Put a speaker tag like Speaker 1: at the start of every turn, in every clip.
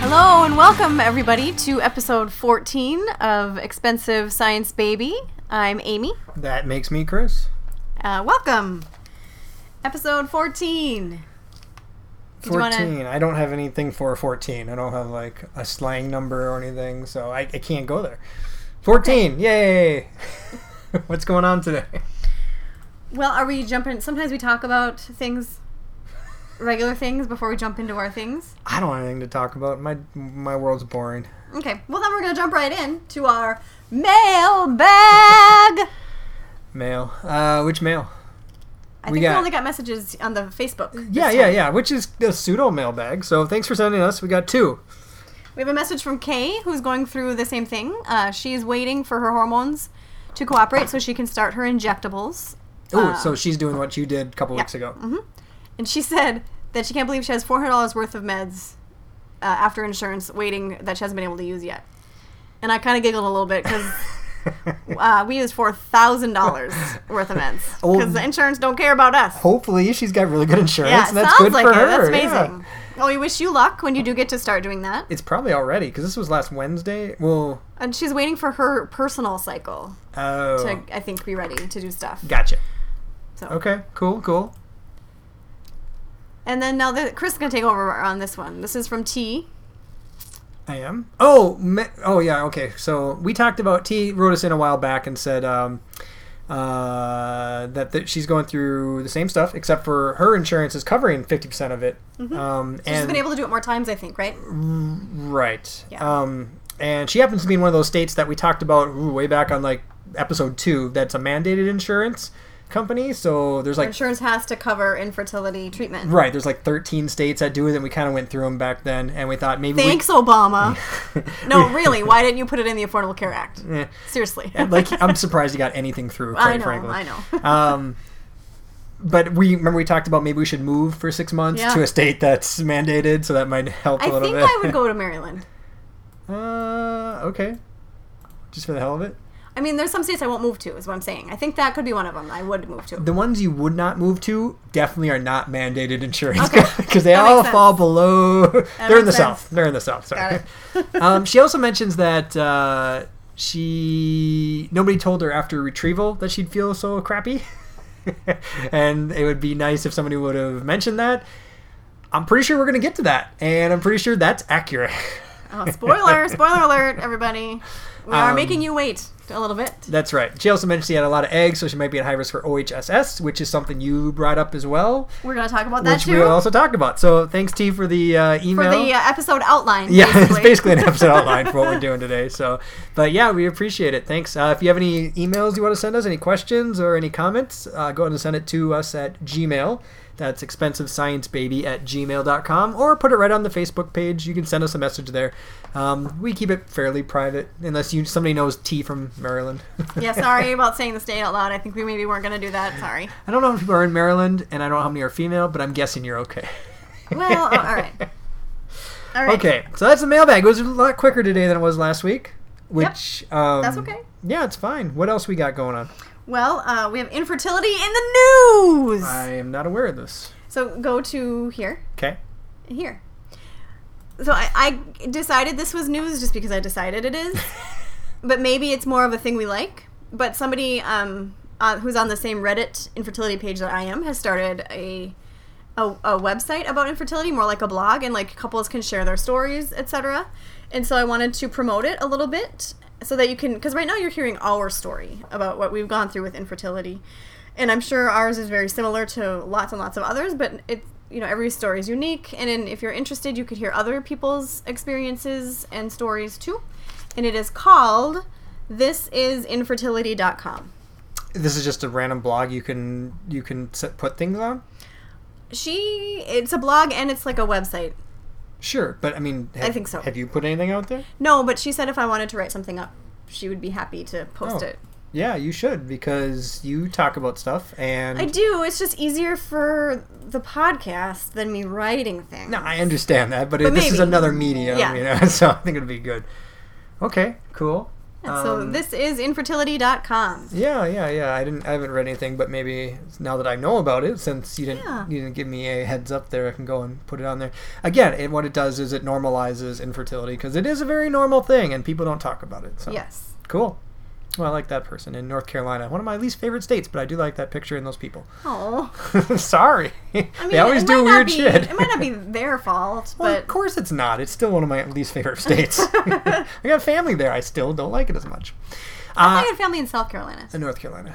Speaker 1: Hello and welcome, everybody, to episode 14 of Expensive Science Baby. I'm Amy.
Speaker 2: That makes me Chris.
Speaker 1: Uh, welcome. Episode 14. Did you wanna-
Speaker 2: 14. I don't have anything for 14. I don't have like a slang number or anything, so I, I can't go there. 14. Yay. What's going on today?
Speaker 1: Well, are we jumping? Sometimes we talk about things, regular things, before we jump into our things.
Speaker 2: I don't have anything to talk about. My my world's boring.
Speaker 1: Okay, well, then we're going to jump right in to our mailbag.
Speaker 2: Mail. Uh, which mail?
Speaker 1: I think
Speaker 2: We
Speaker 1: we
Speaker 2: got-
Speaker 1: only got messages on the Facebook. this
Speaker 2: Yeah, yeah,
Speaker 1: time.
Speaker 2: yeah. Which is the pseudo mailbag. So thanks for sending us. We got two.
Speaker 1: We have a message from Kay, who's going through the same thing. Uh, she's waiting for her hormones to cooperate so she can start her injectables.
Speaker 2: Oh,
Speaker 1: Uh,
Speaker 2: so she's doing what you did a couple weeks ago.
Speaker 1: And she said that she can't believe she has $400 worth of meds uh, after insurance waiting that she hasn't been able to use yet. And I kind of giggled a little bit because uh, we used $4,000 worth of meds
Speaker 2: Oh.
Speaker 1: because the insurance don't care about us.
Speaker 2: Hopefully, she's got really good insurance.
Speaker 1: Yeah, it
Speaker 2: and that's
Speaker 1: sounds
Speaker 2: good
Speaker 1: like
Speaker 2: for
Speaker 1: it.
Speaker 2: her.
Speaker 1: That's
Speaker 2: yeah.
Speaker 1: amazing. Well, we wish you luck when you do get to start doing that.
Speaker 2: It's probably already because this was last Wednesday. Well,
Speaker 1: And she's waiting for her personal cycle
Speaker 2: oh,
Speaker 1: to, I think, be ready to do stuff.
Speaker 2: gotcha.
Speaker 1: So.
Speaker 2: Okay, cool, cool.
Speaker 1: And then now the, Chris is going to take over on this one. This is from T.
Speaker 2: I am. Oh, me- oh yeah. Okay. So we talked about T wrote us in a while back and said um, uh, that that she's going through the same stuff except for her insurance is covering fifty percent of it. Um,
Speaker 1: Mm-hmm. She's
Speaker 2: and
Speaker 1: been able to do it more times, I think, right?
Speaker 2: right.
Speaker 1: Yeah.
Speaker 2: Um, and she happens to be in one of those states that we talked about ooh, way back on like episode two. That's a mandated insurance company. So there's like
Speaker 1: Insurance has to cover infertility treatment.
Speaker 2: right. There's like thirteen states that do it, and we kind of went through them back then, and we thought maybe we
Speaker 1: Thanks, Obama. no, really, why didn't you put it in the Affordable Care Act?
Speaker 2: Eh.
Speaker 1: Seriously.
Speaker 2: like I'm surprised he got anything through. Quite
Speaker 1: I know,
Speaker 2: frankly,
Speaker 1: I know.
Speaker 2: Um, but we remember we talked about maybe we should move for six months
Speaker 1: Yeah.
Speaker 2: to a state that's mandated, so that might help a
Speaker 1: I
Speaker 2: little
Speaker 1: think
Speaker 2: bit.
Speaker 1: I would go to Maryland.
Speaker 2: Uh, okay. Just for the hell of it,
Speaker 1: I mean, there's some states I won't move to, is what I'm saying. I think that could be one of them I would move to.
Speaker 2: the ones you would not move to definitely are not mandated insurance
Speaker 1: Okay.
Speaker 2: because they
Speaker 1: That
Speaker 2: all
Speaker 1: makes
Speaker 2: fall below. They're in the
Speaker 1: makes sense.
Speaker 2: south. They're in the south. Sorry.
Speaker 1: Got it.
Speaker 2: um, she also mentions that uh, she nobody told her after retrieval that she'd feel so crappy, and it would be nice if somebody would have mentioned that. I'm pretty sure we're gonna get to that, and I'm pretty sure that's accurate.
Speaker 1: Oh, spoiler, spoiler alert, everybody. We are
Speaker 2: Um,
Speaker 1: making you wait a little bit.
Speaker 2: that's right. She also mentioned she had a lot of eggs, so she might be at high risk for OHSS, which is something you brought up as well,
Speaker 1: We're going to talk about that
Speaker 2: which
Speaker 1: too.
Speaker 2: we also talked about. So thanks, T, for the uh,
Speaker 1: for
Speaker 2: email.
Speaker 1: the uh, episode outline.
Speaker 2: Yeah, it's basically an episode outline for what we're doing today. So, but yeah, we appreciate it. Thanks. Uh, if you have any emails you want to send us, any questions or any comments, uh, go ahead and send it to us at Gmail. That's expensivesciencebaby at gmail.com or put it right on the Facebook page. You can send us a message there. Um, we keep it fairly private unless you somebody knows T from Maryland.
Speaker 1: yeah, sorry about saying the state out loud. I think we maybe weren't going to do that. Sorry.
Speaker 2: I don't know if people are in Maryland and I don't know how many are female, but I'm guessing you're okay.
Speaker 1: Well, oh, all right. All right.
Speaker 2: Okay, so that's the mailbag. It was a lot quicker today than it was last week, which um,
Speaker 1: That's okay.
Speaker 2: Yeah, it's fine. What else we got going on?
Speaker 1: Well, uh, we have infertility in the news.
Speaker 2: I am not aware of this.
Speaker 1: So go to here,
Speaker 2: Okay.
Speaker 1: and here. So I, I decided this was news just because I decided it is, but maybe it's more of a thing we like. But somebody um, uh, who's on the same Reddit infertility page that I am has started a, a a website about infertility, more like a blog, and like couples can share their stories, etc. And so I wanted to promote it a little bit so that you can, because right now you're hearing our story about what we've gone through with infertility, and I'm sure ours is very similar to lots and lots of others, but it you know every story is unique and in, if you're interested you could hear other people's experiences and stories too and it is called this is infertility.com
Speaker 2: This is just a random blog you can you can set, put things on.
Speaker 1: she it's a blog and it's like a website
Speaker 2: Sure, but I mean, have,
Speaker 1: I think so.
Speaker 2: Have you put anything out there?
Speaker 1: no but she said if i wanted to write something up she would be happy to post
Speaker 2: Oh.
Speaker 1: it
Speaker 2: Yeah, you should because you talk about stuff and
Speaker 1: i do it's just easier for the podcast than me writing things
Speaker 2: No, I understand that, but,
Speaker 1: But
Speaker 2: this is
Speaker 1: maybe.
Speaker 2: another medium,
Speaker 1: Yeah.
Speaker 2: you know, so I think it'd be good. Okay, cool.
Speaker 1: Yeah, so
Speaker 2: Um,
Speaker 1: this is infertility.com.
Speaker 2: Yeah, yeah, yeah. I didn't. I haven't read anything, but maybe now that I know about it, since you didn't,
Speaker 1: Yeah.
Speaker 2: you didn't give me a heads up there, I can go and put it on there. Again, it, what it does is it normalizes infertility because it is a very normal thing, and people don't talk about it. So
Speaker 1: Yes.
Speaker 2: cool. Well, I like that person in North Carolina, one of my least favorite states, but I do like that picture and those people.
Speaker 1: Oh.
Speaker 2: Sorry,
Speaker 1: I mean,
Speaker 2: they always
Speaker 1: it
Speaker 2: do
Speaker 1: might not
Speaker 2: weird
Speaker 1: be-
Speaker 2: shit.
Speaker 1: It might not be their fault,
Speaker 2: Well,
Speaker 1: but
Speaker 2: of course it's not. It's still one of my least favorite states. I got family there. I still don't like it as much.
Speaker 1: I
Speaker 2: Uh,
Speaker 1: had family in South Carolina.
Speaker 2: in North Carolina,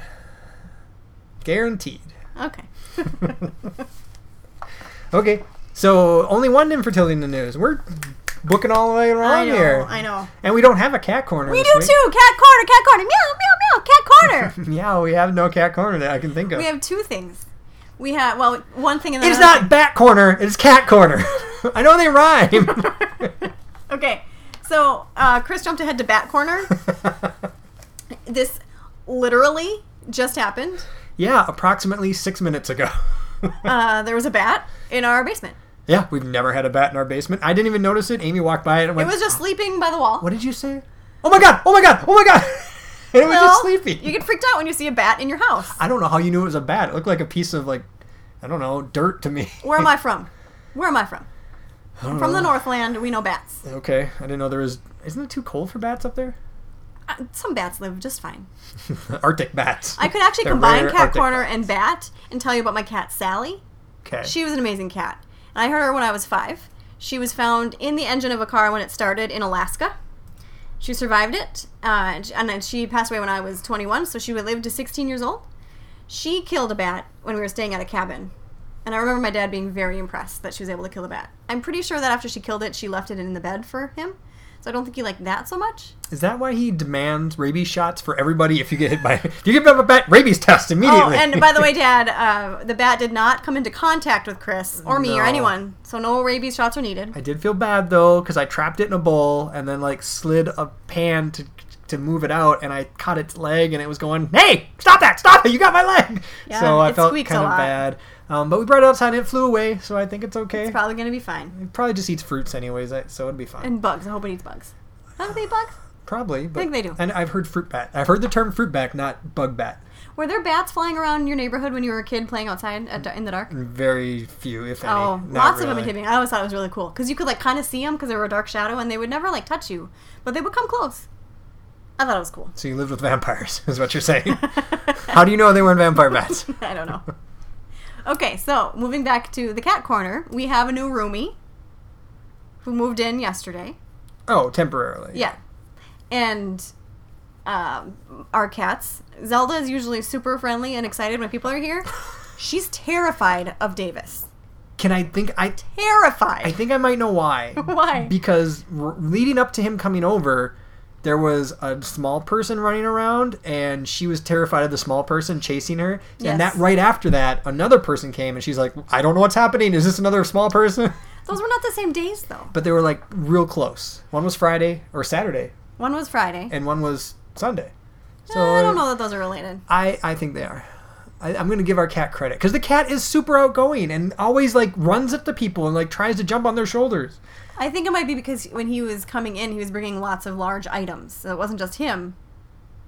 Speaker 2: guaranteed.
Speaker 1: Okay.
Speaker 2: Okay. So only one infertility in the news. We're booking all the way around
Speaker 1: I know.
Speaker 2: here.
Speaker 1: I know.
Speaker 2: And we don't have a cat corner.
Speaker 1: We
Speaker 2: this
Speaker 1: do
Speaker 2: week.
Speaker 1: too. Cat corner. Cat corner. Meow. Meow. Meow. Cat corner.
Speaker 2: Yeah, we have no cat corner that I can think of.
Speaker 1: we have two things. We have well, one thing and then
Speaker 2: it's
Speaker 1: another
Speaker 2: not bat corner. It's cat corner. I know they rhyme.
Speaker 1: Okay, so uh, Chris jumped ahead to Bat Corner. this literally just happened.
Speaker 2: yeah, approximately six minutes ago.
Speaker 1: Uh, there was a bat in our basement.
Speaker 2: yeah, we've never had a bat in our basement. I didn't even notice it. Amy walked by it and
Speaker 1: It
Speaker 2: went,
Speaker 1: was just sleeping by the wall.
Speaker 2: "What did you say? Oh my god! Oh my god! Oh my god!" and it was just sleepy.
Speaker 1: You get freaked out when you see a bat in your house.
Speaker 2: I don't know how you knew it was a bat. It looked like a piece of like, I don't know, dirt to me.
Speaker 1: Where am I from? Where am I from?
Speaker 2: I don't
Speaker 1: From
Speaker 2: know.
Speaker 1: the Northland. We know bats.
Speaker 2: Okay, I didn't know there was. Isn't it too cold for bats up there?
Speaker 1: Uh, some bats live just fine.
Speaker 2: Arctic bats.
Speaker 1: I could actually
Speaker 2: They're
Speaker 1: combine
Speaker 2: rare
Speaker 1: Cat
Speaker 2: Arctic
Speaker 1: Corner
Speaker 2: bats.
Speaker 1: and bat and tell you about my cat Sally.
Speaker 2: Okay.
Speaker 1: She was an amazing cat. And I heard her when I was five. She was found in the engine of a car when it started in Alaska. She survived it, uh, and, she, and then she passed away when I was 21, so she would live to 16 years old. She killed a bat when we were staying at a cabin. And I remember my dad being very impressed that she was able to kill a bat. I'm pretty sure that after she killed it, she left it in the bed for him. So I don't think he liked that so much.
Speaker 2: Is that why he demands rabies shots for everybody? If you get hit by, if you get bit by a bat, rabies test
Speaker 1: Oh,
Speaker 2: immediately.
Speaker 1: and by the way, Dad, uh, the bat did not come into contact with Chris or me or
Speaker 2: No.
Speaker 1: anyone, so no rabies shots are needed.
Speaker 2: I did feel bad though because I trapped it in a bowl and then like slid a pan to to move it out and I caught its leg and it was going, "Hey, stop that! Stop it! You got my leg!"
Speaker 1: Yeah,
Speaker 2: so I
Speaker 1: it
Speaker 2: felt
Speaker 1: squeaks a
Speaker 2: kind of
Speaker 1: lot.
Speaker 2: bad. Um, but we brought it outside and it flew away, so I think it's okay.
Speaker 1: It's probably going to be fine.
Speaker 2: it probably just eats fruits anyways, I- so it'd be fine.
Speaker 1: And bugs. I hope it eats bugs. Don't they eat bugs?
Speaker 2: Probably, but
Speaker 1: think they do.
Speaker 2: And I've heard fruit bat. I've heard the term fruit bat, not bug bat.
Speaker 1: Were there bats flying around your neighborhood when you were a kid playing outside at, in the dark?
Speaker 2: Very few, if any.
Speaker 1: Oh,
Speaker 2: Not
Speaker 1: lots of them
Speaker 2: really.
Speaker 1: in Hibbing. I always thought it was really cool because you could like kind of see them because they were a dark shadow and they would never like touch you, but they would come close. I thought it was cool.
Speaker 2: So you lived with vampires, is what you're saying? How do you know they weren't vampire bats?
Speaker 1: I don't know. Okay, so moving back to the cat corner, we have a new roomie who moved in yesterday.
Speaker 2: Oh, temporarily.
Speaker 1: Yeah. And um, our cats. Zelda is usually super friendly and excited when people are here. She's terrified of Davis.
Speaker 2: Can I think? I I
Speaker 1: Terrified.
Speaker 2: think I might know why.
Speaker 1: Why?
Speaker 2: Because r- leading up to him coming over, there was a small person running around, and she was terrified of the small person chasing her.
Speaker 1: Yes.
Speaker 2: And that right after that, another person came, and she's like, "I don't know what's happening. Is this another small person?"
Speaker 1: Those were not the same days, though.
Speaker 2: but they were like real close. One was Friday or Saturday,
Speaker 1: One was Friday.
Speaker 2: and one was Sunday. So
Speaker 1: Uh, I don't know that those are related.
Speaker 2: I, I think they are. I, I'm gonna give our cat credit because the cat is super outgoing and always like runs up to people and like tries to jump on their shoulders.
Speaker 1: I think it might be because when he was coming in, he was bringing lots of large items. So it wasn't just him,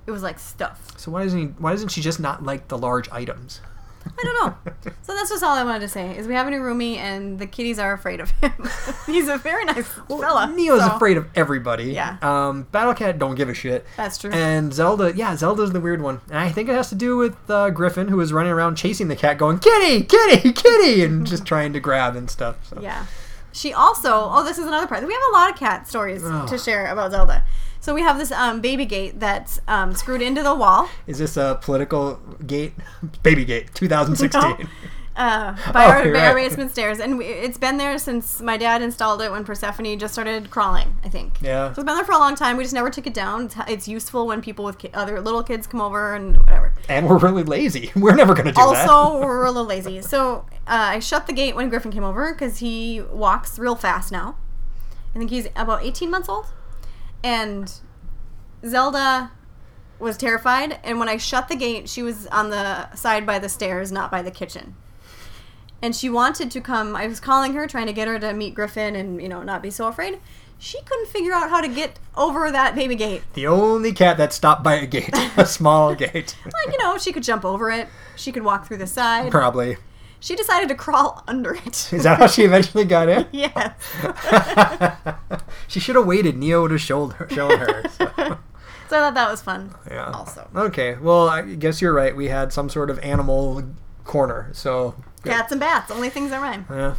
Speaker 1: it was like stuff.
Speaker 2: So why doesn't he, why doesn't she just not like the large items?
Speaker 1: I don't know. so that's just all I wanted to say is we have a new roomie and the kitties are afraid of him. He's a very nice fella.
Speaker 2: Neo's
Speaker 1: Oh, so-
Speaker 2: afraid of everybody.
Speaker 1: Yeah.
Speaker 2: Um, Battle Cat don't give a shit.
Speaker 1: That's true.
Speaker 2: And Zelda, yeah, Zelda's the weird one, and I think it has to do with uh, Griffin who was running around chasing the cat, going kitty, kitty, kitty, and just trying to grab and stuff. So.
Speaker 1: Yeah. She also, oh, this is another part. We have a lot of cat stories
Speaker 2: Ugh.
Speaker 1: to share about Zelda. So we have this um, baby gate that's um, screwed into the wall
Speaker 2: Is this a political gate? Baby gate, 2016.
Speaker 1: uh, by,
Speaker 2: Oh,
Speaker 1: our,
Speaker 2: you're
Speaker 1: by our
Speaker 2: right.
Speaker 1: basement stairs, and we, it's been there since my dad installed it when Persephone just started crawling. I think.
Speaker 2: Yeah.
Speaker 1: So it's been there for a long time. We just never took it down. It's, it's useful when people with ki- other little kids come over and whatever.
Speaker 2: And we're really lazy. We're never going to do that.
Speaker 1: also we're a little lazy so uh, i shut the gate when griffin came over because he walks real fast now i think he's about 18 months old and zelda was terrified and when i shut the gate she was on the side by the stairs not by the kitchen and she wanted to come i was calling her trying to get her to meet griffin and you know not be so afraid she couldn't figure out how to get over that baby gate.
Speaker 2: The only cat that stopped by a gate, a small gate,
Speaker 1: Like, you know, she could jump over it. She could walk through the side.
Speaker 2: probably.
Speaker 1: She decided to crawl under it.
Speaker 2: Is that how she eventually got in?
Speaker 1: yes.
Speaker 2: she should have waited. Neo would have shown her. Shown her so,
Speaker 1: So I thought that was fun.
Speaker 2: yeah.
Speaker 1: Also.
Speaker 2: Okay. Well, I guess you're right. We had some sort of animal corner. So. good.
Speaker 1: Cats and bats, only things that rhyme.
Speaker 2: Yeah.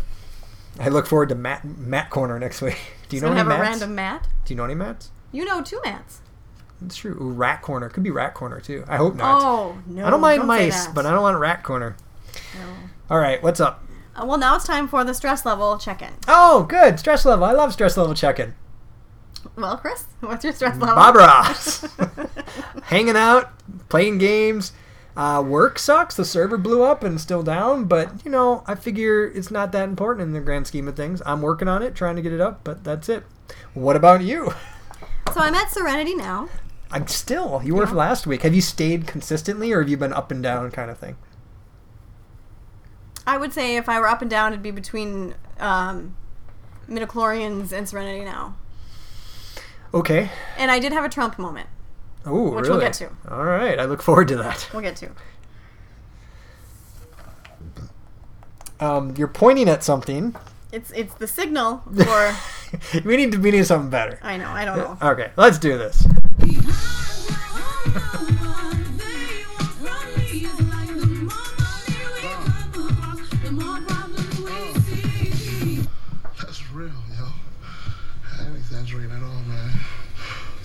Speaker 2: I look forward to Matt Matt corner next week. Do you
Speaker 1: So
Speaker 2: know
Speaker 1: we
Speaker 2: any
Speaker 1: have a
Speaker 2: Matts?
Speaker 1: random mat.
Speaker 2: Do you know any Matts?
Speaker 1: You know two mats.
Speaker 2: It's true. Ooh, rat corner could be rat corner too. I hope not.
Speaker 1: Oh no!
Speaker 2: I don't mind
Speaker 1: say
Speaker 2: mice,
Speaker 1: that.
Speaker 2: but I don't want rat corner.
Speaker 1: No.
Speaker 2: All right, what's up?
Speaker 1: Uh, well, now it's time for the stress level check-in.
Speaker 2: Oh, good stress level. I love stress level check-in.
Speaker 1: Well, Chris, what's your stress level?
Speaker 2: Bob Ross, hanging out, playing games. Uh, work sucks. The server blew up and still down, but you know I figure it's not that important in the grand scheme of things. I'm working on it, trying to get it up, but that's it. What about you?
Speaker 1: so I'm at Serenity now.
Speaker 2: I'm still. You were
Speaker 1: Yeah.
Speaker 2: last week. Have you stayed consistently, or have you been up and down kind of thing?
Speaker 1: I would say if I were up and down, it'd be between um, midichlorians and Serenity now.
Speaker 2: Okay.
Speaker 1: And I did have a Trump moment.
Speaker 2: Oh,
Speaker 1: Which
Speaker 2: really?
Speaker 1: we'll get to.
Speaker 2: All right. I look forward to that.
Speaker 1: We'll get to.
Speaker 2: Um, you're pointing at something.
Speaker 1: It's it's the signal for
Speaker 2: we need to we need something better.
Speaker 1: I know I don't know.
Speaker 2: Okay, let's do this.
Speaker 3: That's real, yo. Anything's real at all, man.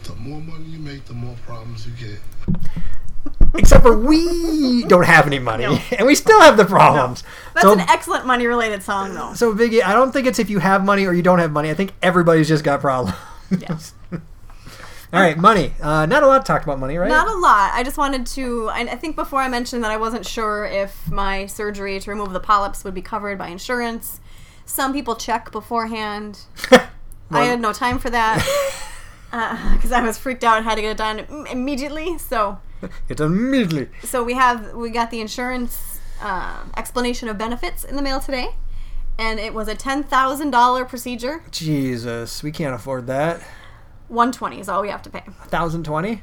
Speaker 3: The more money you make, the more problems you get.
Speaker 2: Except for we don't have any money,
Speaker 1: No.
Speaker 2: and we still have the problems.
Speaker 1: That's
Speaker 2: so,
Speaker 1: an e- excellent money related song though.
Speaker 2: so Biggie, I don't think it's if you have money or you don't have money. I think everybody's just got problems.
Speaker 1: Yes.
Speaker 2: All right, money. Uh, not a lot talked about money, right?
Speaker 1: Not a lot. I just wanted to. I, I think before I mentioned that I wasn't sure if my surgery to remove the polyps would be covered by insurance. Some people check beforehand. I
Speaker 2: Well-
Speaker 1: had no time for that because I was freaked out and had to get it done im- immediately. So,
Speaker 2: it's immediately.
Speaker 1: so we have we got the insurance uh, explanation of benefits in the mail today, and it was a ten thousand dollar procedure.
Speaker 2: Jesus, we can't afford that.
Speaker 1: One twenty is all we have to pay. One
Speaker 2: Thousand twenty.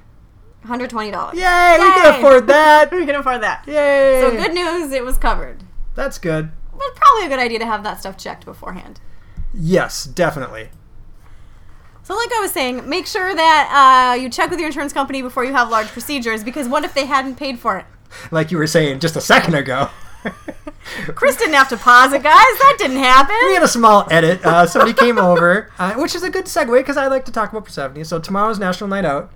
Speaker 1: hundred twenty dollars.
Speaker 2: Yay, we can
Speaker 1: Yay!
Speaker 2: afford that.
Speaker 1: we can afford that.
Speaker 2: Yay.
Speaker 1: So good news, it was covered.
Speaker 2: That's good.
Speaker 1: But probably a good idea to have that stuff checked beforehand.
Speaker 2: Yes, definitely.
Speaker 1: So, like I was saying, make sure that uh, you check with your insurance company before you have large procedures because what if they hadn't paid for it?
Speaker 2: Like you were saying just a second ago.
Speaker 1: Chris didn't have to pause it, guys. That didn't
Speaker 2: we
Speaker 1: happen.
Speaker 2: had a small edit. Uh, somebody came over, uh, which is a good segue because I like to talk about Persephone. So tomorrow's National Night Out,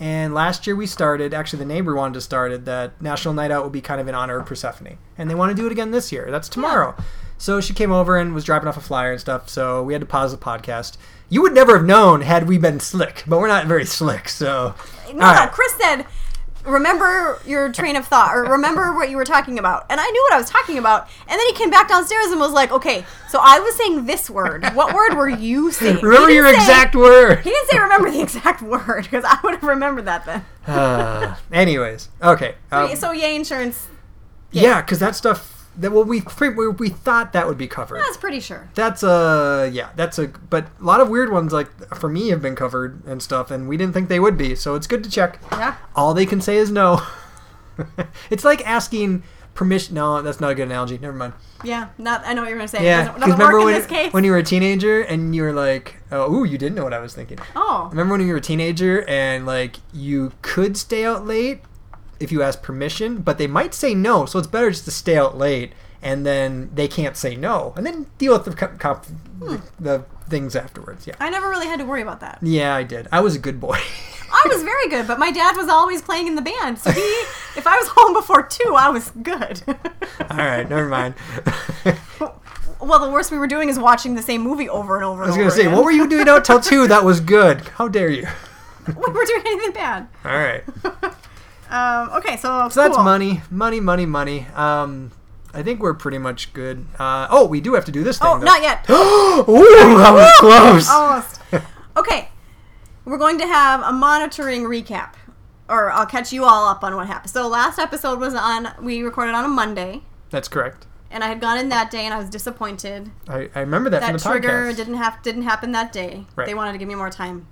Speaker 2: and last year we started. Actually, the neighbor wanted to start it that National Night Out will be kind of in honor of Persephone, and they want to do it again this year. That's tomorrow. So she came over and was dropping off a flyer and stuff. So we had to pause the podcast. You would never have known had we been slick, but we're not very slick. So
Speaker 1: No,
Speaker 2: All
Speaker 1: no,
Speaker 2: right.
Speaker 1: Chris said, remember your train of thought or remember what you were talking about. And I knew what I was talking about. And then he came back downstairs and was like, okay, so I was saying this word. What word were you saying? He
Speaker 2: remember
Speaker 1: didn't say-
Speaker 2: your exact word.
Speaker 1: He didn't say remember the exact word because I would have remembered that then.
Speaker 2: Uh, anyways, okay. um,
Speaker 1: so, yay, insurance.
Speaker 2: yeah, because that stuff. That well, we pre- we we thought that would be covered.
Speaker 1: I was pretty sure.
Speaker 2: that's a yeah that's a but a lot of weird ones like for me have been covered and stuff and we didn't think they would be so it's good to check
Speaker 1: Yeah.
Speaker 2: all they can say is no it's like asking permission no that's not a good analogy never mind
Speaker 1: Yeah, not. I know what you're gonna say.
Speaker 2: yeah
Speaker 1: doesn't, doesn't
Speaker 2: remember
Speaker 1: work
Speaker 2: when,
Speaker 1: in this case.
Speaker 2: when you were a teenager and you were like oh ooh, you didn't know what i was thinking
Speaker 1: oh,
Speaker 2: remember when you were a teenager and like you could stay out late if you ask permission but they might say no so it's better just to stay out late and then they can't say no and then deal with the, co- comp-
Speaker 1: Hmm.
Speaker 2: the things afterwards yeah
Speaker 1: I never really had to worry about that.
Speaker 2: yeah i did i was a good boy
Speaker 1: I was very good, but my dad was always playing in the band, so he, if I was home before two, I was good.
Speaker 2: all right never mind i
Speaker 1: well, the worst we were doing is watching the same movie over and over. I
Speaker 2: was gonna say what were you doing out till two that was good how dare you
Speaker 1: we were doing anything bad.
Speaker 2: all right
Speaker 1: Um, okay, so
Speaker 2: So that's
Speaker 1: cool.
Speaker 2: money, money, money, money. Um, I think we're pretty much good. Uh, oh, we do have to do this thing.
Speaker 1: Oh,
Speaker 2: though.
Speaker 1: not yet. Oh,
Speaker 2: Ooh, that was close.
Speaker 1: Almost. Okay, we're going to have a monitoring recap, or I'll catch you all up on what happened. So last episode was on. We recorded on a Monday.
Speaker 2: That's correct.
Speaker 1: and I had gone in that day, and I was disappointed.
Speaker 2: I, I remember that,
Speaker 1: That
Speaker 2: from the
Speaker 1: trigger
Speaker 2: podcast.
Speaker 1: didn't have didn't happen that day.
Speaker 2: Right.
Speaker 1: They wanted to give me more time,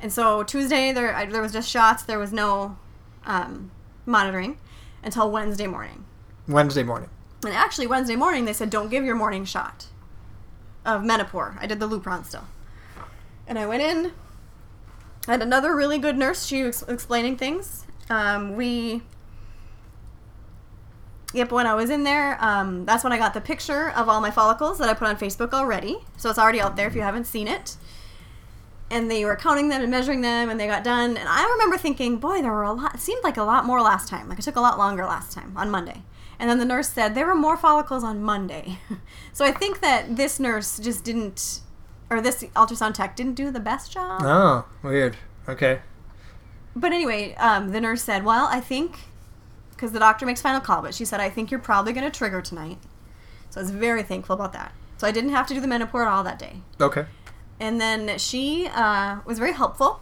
Speaker 1: and so Tuesday there I, there was just shots. There was no um, monitoring until Wednesday morning.
Speaker 2: Wednesday morning.
Speaker 1: And actually, Wednesday morning, they said, don't give your morning shot of Menopur. I did the Lupron still. And I went in. I had another really good nurse. She was explaining things. Um, we. Yep, when I was in there, um, that's when I got the picture of all my follicles that I put on Facebook already. So it's already out there if you haven't seen it. And they were counting them and measuring them, and they got done. And I remember thinking, boy, there were a lot, it seemed like a lot more last time. Like it took a lot longer last time on Monday. And then the nurse said, there were more follicles on Monday. so I think that this nurse just didn't, or this ultrasound tech didn't do the best job.
Speaker 2: Oh, weird. Okay.
Speaker 1: But anyway, um, the nurse said, "Well, I think," because the doctor makes final call, but she said, "I think you're probably going to trigger tonight." So I was very thankful about that. So I didn't have to do the menopause at all that day.
Speaker 2: Okay.
Speaker 1: And then she uh, was very helpful.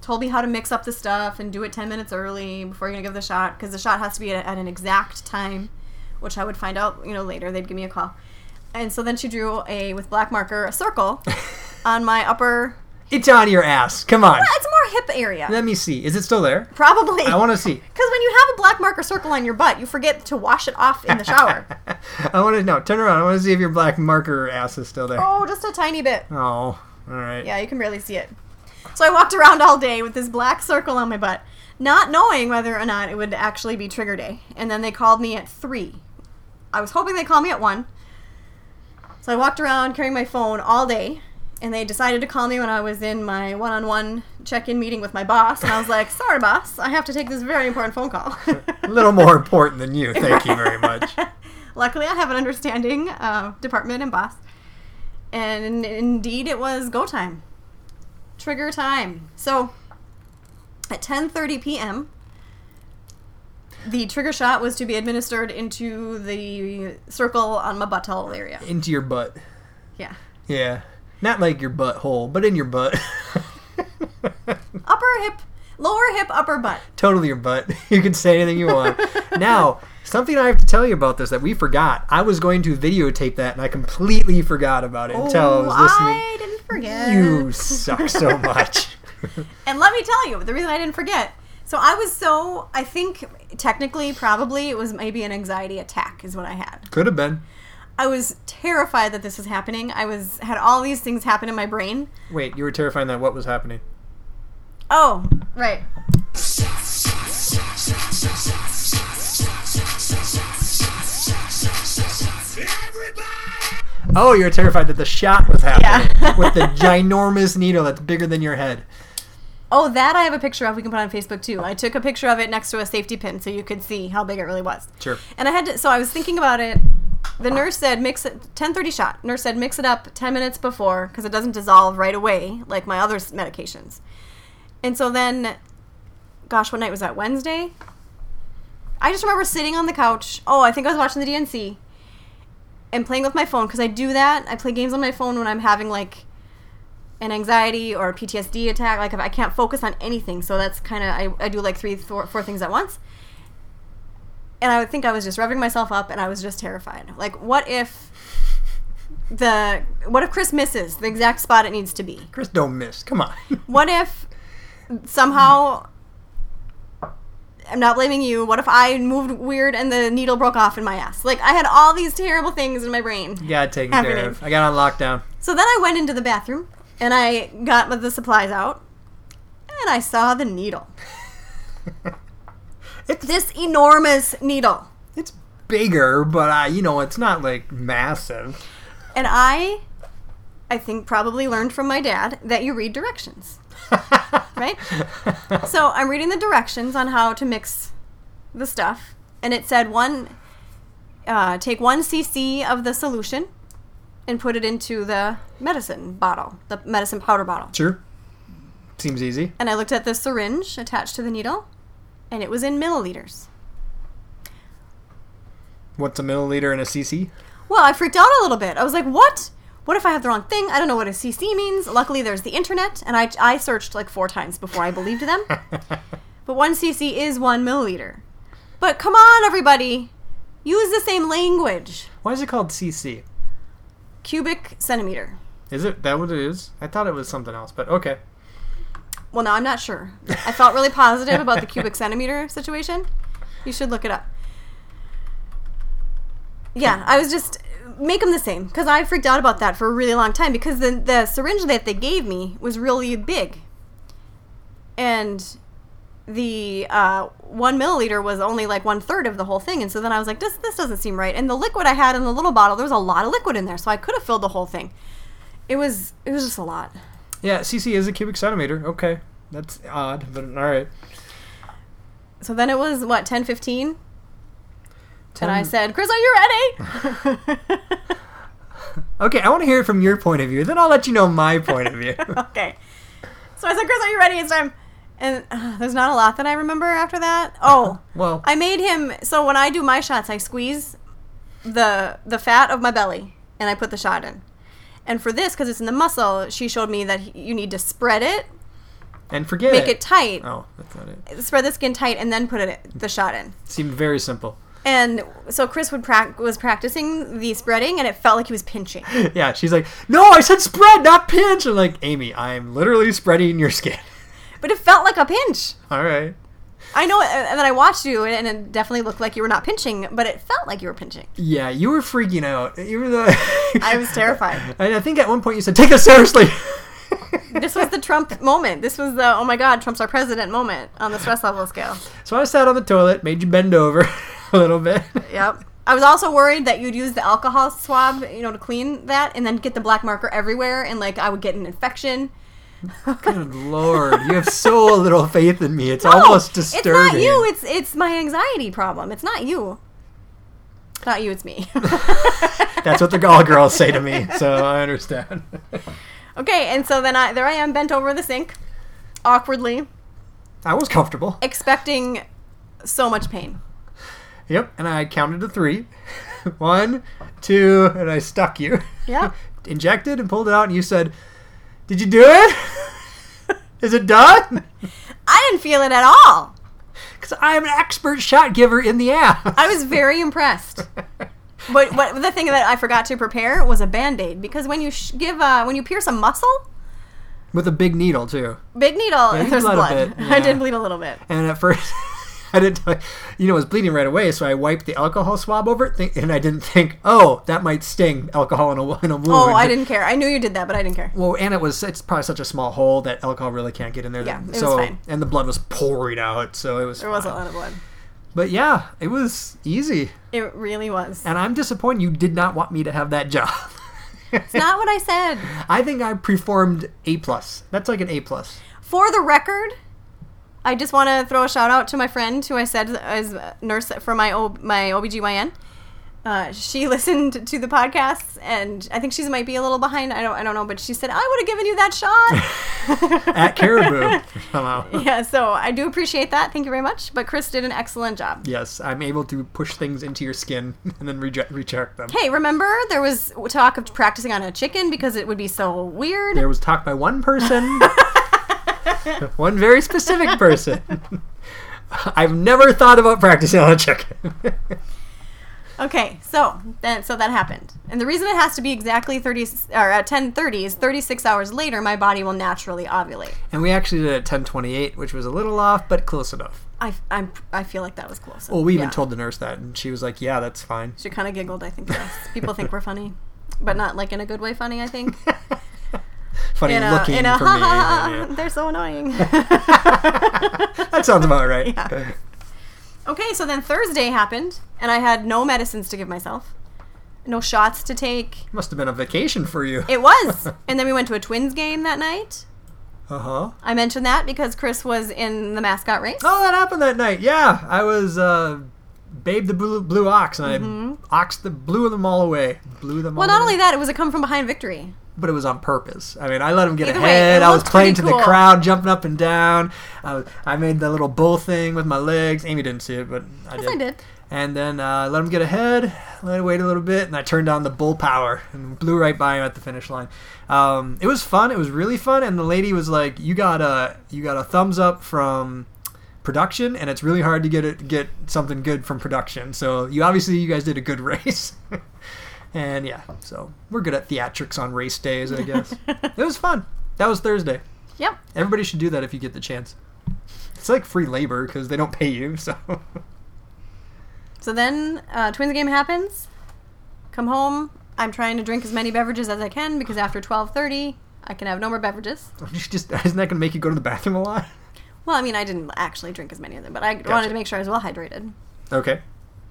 Speaker 1: Told me how to mix up the stuff and do it 10 minutes early before you're going to give the shot because the shot has to be at, at an exact time, which I would find out, you know, later. They'd give me a call. And so then she drew a, with black marker, a circle on my upper,
Speaker 2: It's on your ass. Come on.
Speaker 1: it's more hip area.
Speaker 2: Let me see. Is it still there?
Speaker 1: Probably.
Speaker 2: I want to see.
Speaker 1: Because when you have a black marker circle on your butt, you forget to wash it off in the shower.
Speaker 2: I want to know. Turn around. I want to see if your black marker ass is still there. Oh,
Speaker 1: oh, just a tiny bit.
Speaker 2: all right.
Speaker 1: Yeah, you can barely see it. So I walked around all day with this black circle on my butt, not knowing whether or not it would actually be trigger day. And then they called me at 3. I was hoping they'd call me at 1. So I walked around carrying my phone all day, and they decided to call me when I was in my one on one check in meeting with my boss. And I was like, sorry, boss, I have to take this very important phone call.
Speaker 2: A little more important than you. Thank you very much.
Speaker 1: Luckily, I have an understanding uh, department and boss. And indeed, it was go time, trigger time. So at 10:30 p.m., the trigger shot was to be administered into the circle on my butthole area.
Speaker 2: Into your butt.
Speaker 1: Yeah,
Speaker 2: Yeah. Not like your butthole, but in your butt.
Speaker 1: upper hip, lower hip, upper butt.
Speaker 2: totally your butt. You can say anything you want. now, something I have to tell you about this that we forgot. I was going to videotape that and I completely forgot about it until I
Speaker 1: oh,
Speaker 2: was listening.
Speaker 1: I didn't forget.
Speaker 2: You suck so much.
Speaker 1: And let me tell you, the reason I didn't forget. So I was so I think technically probably it was maybe an anxiety attack is what I had.
Speaker 2: Could have been.
Speaker 1: I was terrified that this was happening. I was had all these things happen in my brain.
Speaker 2: Wait, you were terrified that what was happening?
Speaker 1: Oh, right.
Speaker 2: Oh, you were terrified that the shot was happening
Speaker 1: Yeah.
Speaker 2: with the ginormous needle that's bigger than your head.
Speaker 1: Oh, that I have a picture of. We can put on Facebook too. I took a picture of it next to a safety pin so you could see how big it really was.
Speaker 2: Sure.
Speaker 1: And I had to. So I was thinking about it. The nurse said mix it 10:30 shot. Nurse said mix it up 10 minutes before because it doesn't dissolve right away like my other s- medications. And so then, gosh, what night was that? Wednesday. I just remember sitting on the couch. Oh, I think I was watching the DNC and playing with my phone because I do that. I play games on my phone when I'm having like an anxiety or a PTSD attack. Like if I can't focus on anything, so that's kind of I, I do like three, four, four things at once. And I would think I was just revving myself up, and I was just terrified. Like, what if the what if Chris misses the exact spot it needs to be?
Speaker 2: Chris, don't miss. Come on.
Speaker 1: What if somehow I'm not blaming you. What if I moved weird and the needle broke off in my ass? Like I had all these terrible things in my brain.
Speaker 2: Got taken care
Speaker 1: Happening.
Speaker 2: of. I got on lockdown.
Speaker 1: So then I went into the bathroom and I got the supplies out and I saw the needle.
Speaker 2: It's-
Speaker 1: this enormous needle.
Speaker 2: It's bigger, but uh, you know, it's not like massive.
Speaker 1: And I I think probably learned from my dad that you read directions. Right? so I'm reading the directions on how to mix the stuff, and it said one, uh, take one cc of the solution, and put it into the medicine bottle, the medicine powder bottle.
Speaker 2: Sure. Seems easy.
Speaker 1: And I looked at the syringe attached to the needle, and it was in milliliters.
Speaker 2: What's a milliliter in a cc?
Speaker 1: Well, I freaked out a little bit. I was like, what? What if I have the wrong thing? I don't know what a CC means. Luckily, there's the internet, and I, I searched like four times before I believed them. but one CC is one milliliter. But come on, everybody. Use the same language.
Speaker 2: Why is it called CC?
Speaker 1: Cubic centimeter.
Speaker 2: Is it that what it is? I thought it was something else, but okay.
Speaker 1: Well, no, I'm not sure. I felt really positive about the cubic centimeter situation. You should look it up. Yeah, I was just make them the same because I freaked out about that for a really long time because the the syringe that they gave me was really big, and the uh, one milliliter was only like one third of the whole thing. And so then I was like, this this doesn't seem right. And the liquid I had in the little bottle, there was a lot of liquid in there, so I could have filled the whole thing. It was it was just a lot.
Speaker 2: Yeah, CC is a cubic centimeter. Okay, that's odd, but all right.
Speaker 1: So then it was what 10, 15?
Speaker 2: Ten-
Speaker 1: And
Speaker 2: Um,
Speaker 1: I said, Chris, are you ready?
Speaker 2: okay, I want to hear it from your point of view. Then I'll let you know my point of view.
Speaker 1: okay. So I said, Chris, are you ready? It's time. And uh, there's not a lot that I remember after that. Oh,
Speaker 2: well,
Speaker 1: I made him. So when I do my shots, I squeeze the the fat of my belly and I put the shot in. And for this, because it's in the muscle, she showed me that he, you need to spread it,
Speaker 2: and forget
Speaker 1: make it tight,
Speaker 2: Oh, that's not it.
Speaker 1: spread the skin tight, and then put it the shot in.
Speaker 2: Seemed very simple.
Speaker 1: And so Chris would prac was practicing the spreading, and it felt like he was pinching.
Speaker 2: Yeah, she's like, no, I said spread, not pinch. I'm like, Amy, I'm literally spreading your skin.
Speaker 1: But it felt like a pinch.
Speaker 2: All right.
Speaker 1: I know, and then I watched you, and it definitely looked like you were not pinching, but it felt like you were pinching.
Speaker 2: Yeah, you were freaking out. Even though I
Speaker 1: I was terrified.
Speaker 2: And I think at one point you said, take this seriously.
Speaker 1: This was the Trump moment. This was the oh my god, Trump's our president moment on the stress level scale.
Speaker 2: so I sat on the toilet, made you bend over a little bit.
Speaker 1: Yep. I was also worried that you'd use the alcohol swab, you know, to clean that, and then get the black marker everywhere, and like I would get an infection.
Speaker 2: Good lord, you have so little faith in me. It's
Speaker 1: No,
Speaker 2: almost
Speaker 1: It's
Speaker 2: disturbing.
Speaker 1: not you. It's it's my anxiety problem. It's not you. Not you. It's me.
Speaker 2: That's what the gall girls say to me, so I understand.
Speaker 1: okay, and so then I there I am bent over the sink, awkwardly.
Speaker 2: I was comfortable.
Speaker 1: expecting so much pain.
Speaker 2: Yep, and I counted to three. One, two, and I stuck you.
Speaker 1: Yeah.
Speaker 2: Injected and pulled it out, and you said, Did you do it? Is it done?
Speaker 1: I didn't feel it at all.
Speaker 2: Because I am an expert shot giver in the ass.
Speaker 1: I was very impressed. But what the thing that I forgot to prepare was a band-aid because when you sh- give uh, when you pierce a muscle,
Speaker 2: With a big needle, too.
Speaker 1: big needle,
Speaker 2: you
Speaker 1: there's
Speaker 2: bled a
Speaker 1: blood.
Speaker 2: bit,
Speaker 1: I
Speaker 2: yeah.
Speaker 1: did bleed a little bit.
Speaker 2: And at first, I didn't, you know, it was bleeding right away, so I wiped the alcohol swab over it, think- and I didn't think, oh, that might sting alcohol in a, in a wound.
Speaker 1: Oh, I didn't care. I knew you did that, but I didn't care.
Speaker 2: Well, and it was, it's probably such a small hole that alcohol really can't get in there.
Speaker 1: Yeah, it was
Speaker 2: so,
Speaker 1: fine.
Speaker 2: And the blood was pouring out, so it was.
Speaker 1: There was a
Speaker 2: fine.
Speaker 1: lot of blood.
Speaker 2: But yeah, it was easy.
Speaker 1: It really was.
Speaker 2: And I'm disappointed you did not want me to have that job.
Speaker 1: It's not what I said.
Speaker 2: I think I performed A plus. That's like an A plus.
Speaker 1: For the record, I just want to throw a shout out to my friend who I said is a nurse for my o- my OBGYN. Uh, she listened to the podcast and I think she might be a little behind. I don't I don't know, but she said I would have given you that shot.
Speaker 2: At Caribou. somehow.
Speaker 1: yeah, so I do appreciate that. Thank you very much. But Chris did an excellent job.
Speaker 2: Yes, I'm able to push things into your skin and then reject, recheck them.
Speaker 1: Hey, remember there was talk of practicing on a chicken because it would be so weird.
Speaker 2: There was talk by one person, one very specific person. I've never thought about practicing on a chicken.
Speaker 1: Okay, so then so that happened, and the reason it has to be exactly thirty or uh, ten thirty is thirty six hours later, my body will naturally ovulate.
Speaker 2: and we actually did it at 10:28, which was a little off, but close enough.
Speaker 1: I I'm, I feel like that was close.
Speaker 2: Well, we even
Speaker 1: Yeah.
Speaker 2: told the nurse that, and she was like, "Yeah, that's fine."
Speaker 1: she kind of giggled. I think yes, people think we're funny, but not like in a good way funny. I think
Speaker 2: Funny
Speaker 1: in a
Speaker 2: looking
Speaker 1: in a
Speaker 2: for
Speaker 1: ha
Speaker 2: me.
Speaker 1: ha
Speaker 2: yeah,
Speaker 1: ha.
Speaker 2: yeah.
Speaker 1: They're so annoying.
Speaker 2: that sounds about right.
Speaker 1: Yeah. okay, so then Thursday happened, and I had no medicines to give myself, no shots to take.
Speaker 2: Must have been a vacation for you.
Speaker 1: It was, and then we went to a Twins game that night.
Speaker 2: Uh huh.
Speaker 1: I mentioned that because Chris was in the mascot race.
Speaker 2: Oh, that happened that night. Yeah, I was uh, Babe the Blue, blue Ox, and I oxed the blew them all away. Blew them
Speaker 1: Mm-hmm. Well,
Speaker 2: all
Speaker 1: not
Speaker 2: away.
Speaker 1: only that, it was a come from behind victory.
Speaker 2: but it was on purpose. I mean, I let him get
Speaker 1: Either way,
Speaker 2: ahead.
Speaker 1: it
Speaker 2: I was
Speaker 1: looked
Speaker 2: playing to
Speaker 1: pretty
Speaker 2: the
Speaker 1: cool.
Speaker 2: crowd, jumping up and down. I, was, I made the little bull thing with my legs. Amy didn't see it, but I
Speaker 1: Yes,
Speaker 2: did.
Speaker 1: I did.
Speaker 2: And then uh, I let him get ahead, let him wait a little bit, and I turned on the bull power and blew right by him at the finish line. Um, it was fun. It was really fun. And the lady was like, "You got a you got a thumbs up from production, and it's really hard to get it get something good from production. So you obviously you guys did a good race. and yeah, so we're good at theatrics on race days, I guess. it was fun. That was Thursday.
Speaker 1: Yep.
Speaker 2: Everybody should do that if you get the chance. It's like free labor because they don't pay you. So
Speaker 1: So then uh, twins game happens. Come home. I'm trying to drink as many beverages as I can because after 12:30 I can have no more beverages.
Speaker 2: just isn't that gonna make you go to the bathroom a lot?
Speaker 1: Well, I mean, I didn't actually drink as many of them, but I
Speaker 2: Gotcha.
Speaker 1: wanted to make sure I was well hydrated.
Speaker 2: Okay.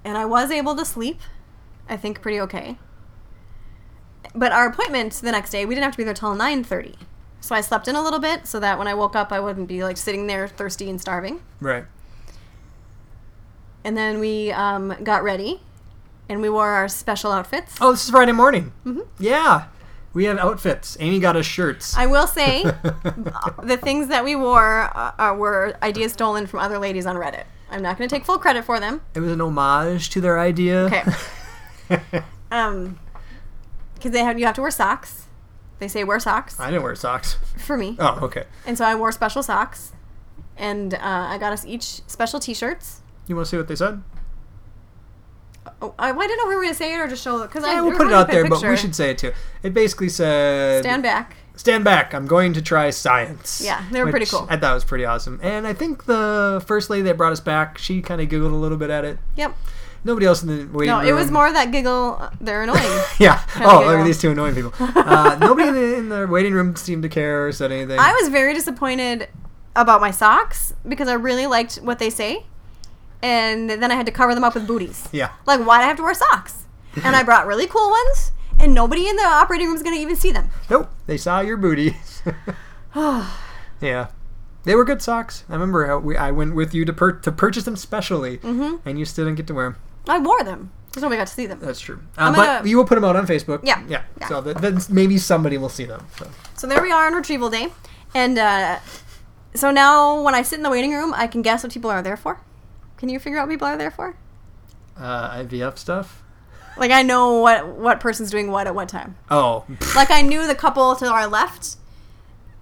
Speaker 1: And I was able to sleep, I think pretty okay. But our appointment the next day, we didn't have to be there till 9:30. So I slept in a little bit so that when I woke up I wouldn't be like sitting there thirsty and starving.
Speaker 2: Right.
Speaker 1: And then we um, got ready and we wore our special outfits.
Speaker 2: Oh, this is Friday morning.
Speaker 1: Mm-hmm.
Speaker 2: Yeah, we have outfits. Amy got us shirts.
Speaker 1: I will say the things that we wore uh, uh, were ideas stolen from other ladies on Reddit. I'm not going to take full credit for them.
Speaker 2: it was an homage to their idea.
Speaker 1: Okay. Um, because they have you have to wear socks. They say wear socks
Speaker 2: I didn't wear socks.
Speaker 1: for me,
Speaker 2: Oh, okay.
Speaker 1: and so I wore special socks, and uh, I got us each special T-shirts.
Speaker 2: You want to see what they said?
Speaker 1: Oh, I, well, I didn't know if we were going to say it or just show because I
Speaker 2: Yeah, we'll
Speaker 1: there
Speaker 2: put it
Speaker 1: wasn't
Speaker 2: out
Speaker 1: a
Speaker 2: there, but we
Speaker 1: picture.
Speaker 2: should say it too. It basically said
Speaker 1: stand back.
Speaker 2: Stand back. I'm going to try science.
Speaker 1: Yeah, they were
Speaker 2: which
Speaker 1: pretty cool.
Speaker 2: I thought was pretty awesome. And I think the first lady that brought us back, she kind of giggled a little bit at it.
Speaker 1: Yep.
Speaker 2: Nobody else in the waiting
Speaker 1: No,
Speaker 2: room.
Speaker 1: it was more that giggle. uh, They're annoying.
Speaker 2: Yeah. Oh, look at
Speaker 1: giggle.
Speaker 2: these two annoying people. Uh, nobody in the, in the waiting room seemed to care or said anything.
Speaker 1: I was very disappointed about my socks because I really liked what they say, and then I had to cover them up with booties.
Speaker 2: yeah.
Speaker 1: Like, why do I have to wear socks? And I brought really cool ones, and nobody in the operating room is going to even see them.
Speaker 2: Nope, they saw your booties. yeah, they were good socks. I remember how we, I went with you to pur- to purchase them specially,
Speaker 1: Mm-hmm.
Speaker 2: and you still didn't get to wear them.
Speaker 1: I wore them because nobody got to see them.
Speaker 2: That's true. Um,
Speaker 1: gonna-
Speaker 2: but you will put them out on Facebook.
Speaker 1: Yeah,
Speaker 2: yeah.
Speaker 1: yeah.
Speaker 2: So that, then maybe somebody will see them. So.
Speaker 1: So there we are on retrieval day, and uh, so now when I sit in the waiting room, I can guess what people are there for. Can you figure out what people are there for?
Speaker 2: Uh, IVF stuff.
Speaker 1: Like I know what what person's doing what at what time.
Speaker 2: Oh,
Speaker 1: Like I knew the couple to our left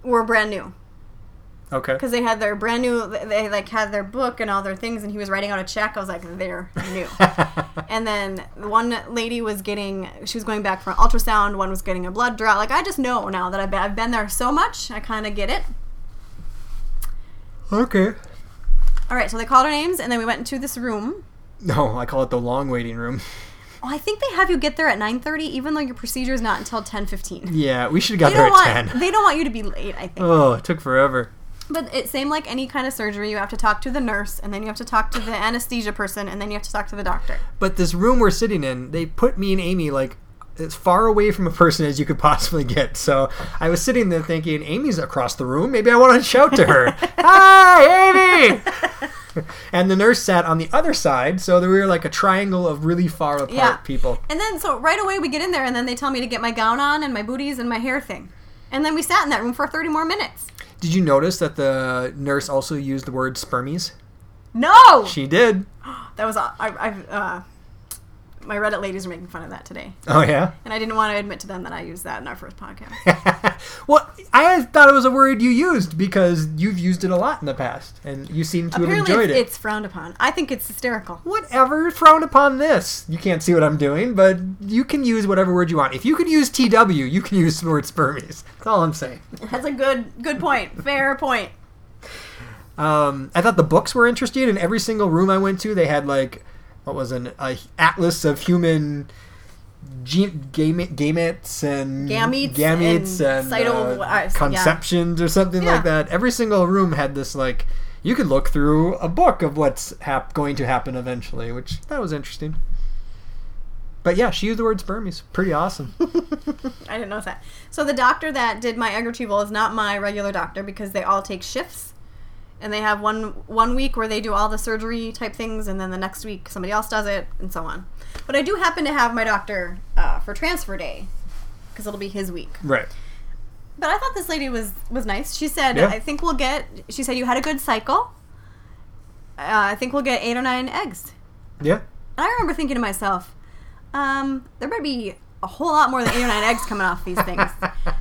Speaker 1: were brand new.
Speaker 2: okay.
Speaker 1: because they had their brand new they like had their book and all their things and he was writing out a check i was like they're new and then one lady was getting she was going back for an ultrasound one was getting a blood draw like i just know now that i've been, I've been there so much i kind of get it
Speaker 2: okay.
Speaker 1: all right so they called our names and then we went into this room
Speaker 2: No, I call it the long waiting room.
Speaker 1: oh i think they have you get there at 9.30 even though your procedure is not until 10.15
Speaker 2: Yeah, we should have got
Speaker 1: they
Speaker 2: there
Speaker 1: don't,
Speaker 2: at
Speaker 1: want,
Speaker 2: ten.
Speaker 1: they don't want you to be late i think
Speaker 2: Oh, it took forever.
Speaker 1: But it same like any kind of surgery, you have to talk to the nurse, and then you have to talk to the anesthesia person, and then you have to talk to the doctor.
Speaker 2: But this room we're sitting in, they put me and Amy like as far away from a person as you could possibly get. So I was sitting there thinking, Amy's across the room. Maybe I want to shout to her, "Hi, Amy!" and the nurse sat on the other side, so there we were like a triangle of really far apart
Speaker 1: Yeah.
Speaker 2: people.
Speaker 1: And then, so right away we get in there, and then they tell me to get my gown on and my booties and my hair thing. And then we sat in that room for 30 more minutes.
Speaker 2: Did you notice that the nurse also used the word spermies?
Speaker 1: No!
Speaker 2: She did.
Speaker 1: That was, I, I, uh, my Reddit ladies are making fun of that today.
Speaker 2: Oh yeah.
Speaker 1: And I didn't want to admit to them that I used that in our first podcast.
Speaker 2: well, I thought it was a word you used because you've used it a lot in the past, and you seem to have
Speaker 1: Apparently,
Speaker 2: enjoyed
Speaker 1: it's,
Speaker 2: it.
Speaker 1: it's frowned upon. I think it's hysterical.
Speaker 2: whatever thrown upon this. You can't see what I'm doing, but you can use whatever word you want. If you can use TW, you can use the word spermies. That's all I'm saying.
Speaker 1: That's a good, good point. Fair point.
Speaker 2: Um, I thought the books were interesting. In every single room I went to, they had like what was an a atlas of human gene- game- gametes and
Speaker 1: Gametes
Speaker 2: gametes and,
Speaker 1: and cyto-
Speaker 2: uh,
Speaker 1: uh, yeah.
Speaker 2: conceptions or something
Speaker 1: Yeah.
Speaker 2: like that. Every single room had this like you could look through a book of what's hap- going to happen eventually, which that was interesting. But yeah, she used the word spermies. Pretty awesome.
Speaker 1: I didn't know that. So the doctor that did my egg retrieval is not my regular doctor because they all take shifts, and they have one one week where they do all the surgery type things, and then the next week somebody else does it, and so on. But I do happen to have my doctor uh, for transfer day because it'll be his week.
Speaker 2: right.
Speaker 1: But I thought this lady was was nice. She said,
Speaker 2: Yeah.
Speaker 1: "I think we'll get." She said, "You had a good cycle. Uh, I think we'll get eight or nine eggs."
Speaker 2: Yeah.
Speaker 1: And I remember thinking to myself, um, there better be a whole lot more than eight or nine eggs coming off these things.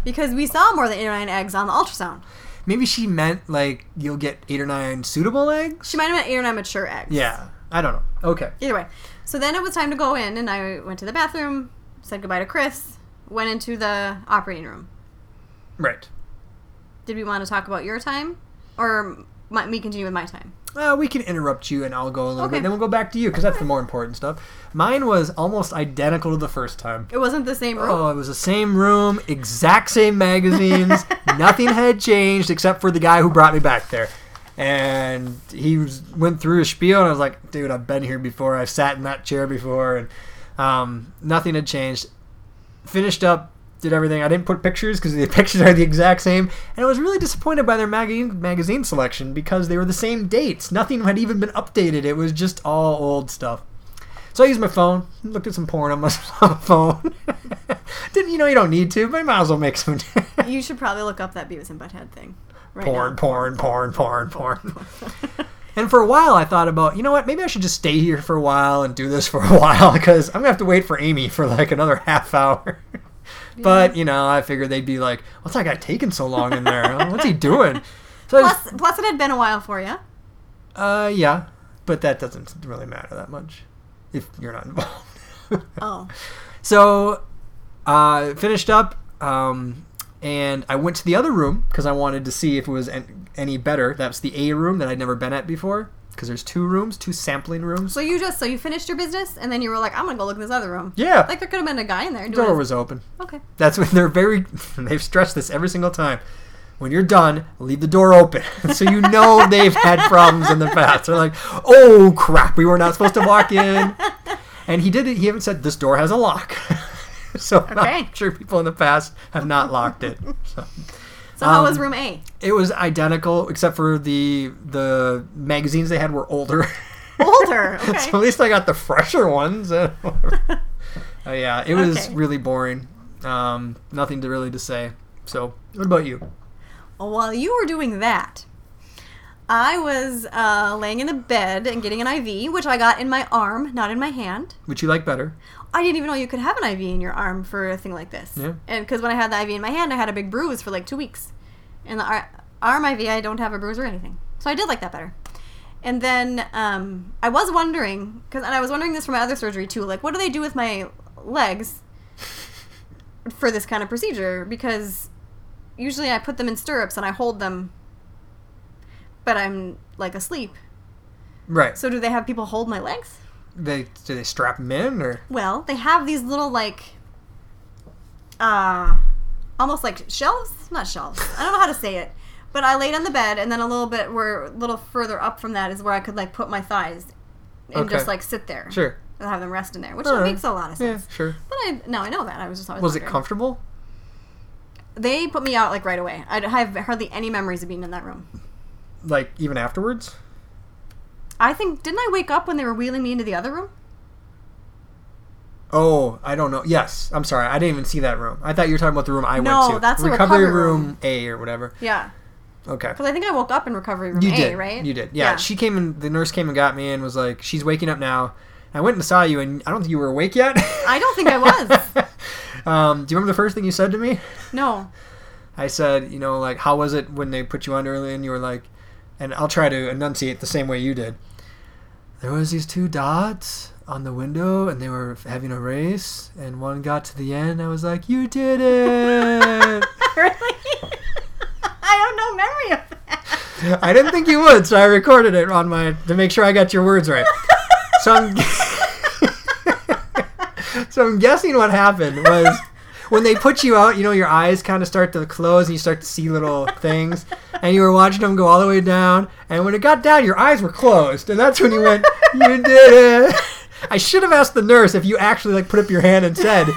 Speaker 1: Because we saw more than eight or nine eggs on the ultrasound.
Speaker 2: Maybe she meant like you'll get eight or nine suitable eggs.
Speaker 1: She might have been eight or nine mature eggs.
Speaker 2: yeah, I don't know. Okay.
Speaker 1: Either way. So then it was time to go in, and I went to the bathroom, said goodbye to Chris, went into the operating room.
Speaker 2: Right.
Speaker 1: Did we want to talk about your time? Or might we continue with my time?
Speaker 2: Uh, we can interrupt you and I'll go a little
Speaker 1: Okay.
Speaker 2: bit. Then we'll go back to you because that's the more important stuff. Mine was almost identical to the first time.
Speaker 1: It wasn't the same room.
Speaker 2: Oh, it was the same room, exact same magazines. Nothing had changed except for the guy who brought me back there. And he was, went through a spiel, and I was like, dude, I've been here before. I've sat in that chair before, and um, nothing had changed. Finished up, did everything. I didn't put pictures because the pictures are the exact same. And I was really disappointed by their magazine, magazine selection because they were the same dates. Nothing had even been updated, it was just all old stuff. So I used my phone, looked at some porn on my phone. Didn't you know you don't need to, but I might as well make some
Speaker 1: You should probably look up that Beavis and Butthead thing. Right
Speaker 2: Oh. porn,
Speaker 1: now.
Speaker 2: porn, porn, porn, porn. and for a while, I thought about, you know what? Maybe I should just stay here for a while and do this for a while because I'm gonna have to wait for Amy for like another half hour. But you know, I figured they'd be like, "What's that guy taking so long in there? What's he doing?" So I just-
Speaker 1: Plus, plus, it had been a while for you.
Speaker 2: uh, yeah, but that doesn't really matter that much if you're not involved.
Speaker 1: Oh,
Speaker 2: So, uh, finished up, um, and I went to the other room because I wanted to see if it was an- any better. That's the A room that I'd never been at before because there's two rooms, two sampling rooms.
Speaker 1: so you just so you finished your business, and then you were like, "I'm gonna go look in this other room."
Speaker 2: Yeah,
Speaker 1: Like there could have been a guy in there.
Speaker 2: the
Speaker 1: Doing
Speaker 2: door
Speaker 1: his-
Speaker 2: was open.
Speaker 1: okay.
Speaker 2: That's when they're very. They've stressed this every single time. When you're done, leave the door open, so you know they've had problems in the past. They're like, "Oh crap, we were not supposed to walk in," and he did it. He even said this door has a lock, so
Speaker 1: Okay.
Speaker 2: I'm sure people in the past have not locked it. So
Speaker 1: So how
Speaker 2: Um,
Speaker 1: was room A?
Speaker 2: it was identical, except for the the magazines they had were older.
Speaker 1: Older. Okay.
Speaker 2: so at least I got the fresher ones. uh, uh, yeah, it was
Speaker 1: Okay.
Speaker 2: really boring. Um, nothing to really to say. So, what about you?
Speaker 1: While you were doing that, I was uh, laying in the bed and getting an IV, which I got in my arm, not in my hand.
Speaker 2: Would you like better?
Speaker 1: I didn't even know you could have an IV in your arm for a thing like this.
Speaker 2: Yeah.
Speaker 1: And because when I had the IV in my hand, I had a big bruise for like two weeks. And the ar- arm IV, I don't have a bruise or anything. So I did like that better. And then um, I was wondering, because and I was wondering this for my other surgery too. Like, what do they do with my legs for this kind of procedure? Because usually I put them in stirrups and I hold them, but I'm like asleep.
Speaker 2: Right.
Speaker 1: So do they have people hold my legs?
Speaker 2: They do they strap them in or
Speaker 1: Well, they have these little like uh almost like shelves, not shelves. I don't know how to say it. But I laid on the bed and then a little bit where a little further up from that is where I could like put my thighs and
Speaker 2: Okay.
Speaker 1: just like sit there.
Speaker 2: sure?
Speaker 1: And have them rest in there, which
Speaker 2: Alright.
Speaker 1: makes a lot of
Speaker 2: Yeah,
Speaker 1: sense.
Speaker 2: sure.
Speaker 1: But I no, I know that. I was just always
Speaker 2: Was it
Speaker 1: wondering.
Speaker 2: comfortable?
Speaker 1: They put me out like right away. I d- I have hardly any memories of being in that room.
Speaker 2: Like even afterwards?
Speaker 1: I think didn't I wake up when they were wheeling me into the other room?
Speaker 2: Oh, I don't know. Yes, I'm sorry. I didn't even see that room. I thought you were talking about the room I
Speaker 1: No,
Speaker 2: went to.
Speaker 1: that's the
Speaker 2: recovery
Speaker 1: recovery room.
Speaker 2: room A or whatever.
Speaker 1: Yeah,
Speaker 2: Okay.
Speaker 1: because I think I woke up in recovery room
Speaker 2: You
Speaker 1: A,
Speaker 2: did,
Speaker 1: right?
Speaker 2: You did. Yeah, She came and the nurse came and got me and was like, "She's waking up now." I went and saw you, and I don't think you were awake yet.
Speaker 1: I don't think I was.
Speaker 2: um, do you remember the first thing you said to me?
Speaker 1: no,
Speaker 2: I said, you know, like, how was it when they put you on early? And you were like, and I'll try to enunciate the same way you did. There was these two dots on the window, and they were having a race, and one got to the end. I was like, "You did it!"
Speaker 1: really? I have no memory of that.
Speaker 2: I didn't think you would, so I recorded it on my to make sure I got your words right. So I'm, so I'm guessing what happened was when they put you out, you know, your eyes kind of start to close and you start to see little things. And you were watching them go all the way down. And when it got down, your eyes were closed. And that's when you went, You did it. I should have asked the nurse if you actually like put up your hand and said,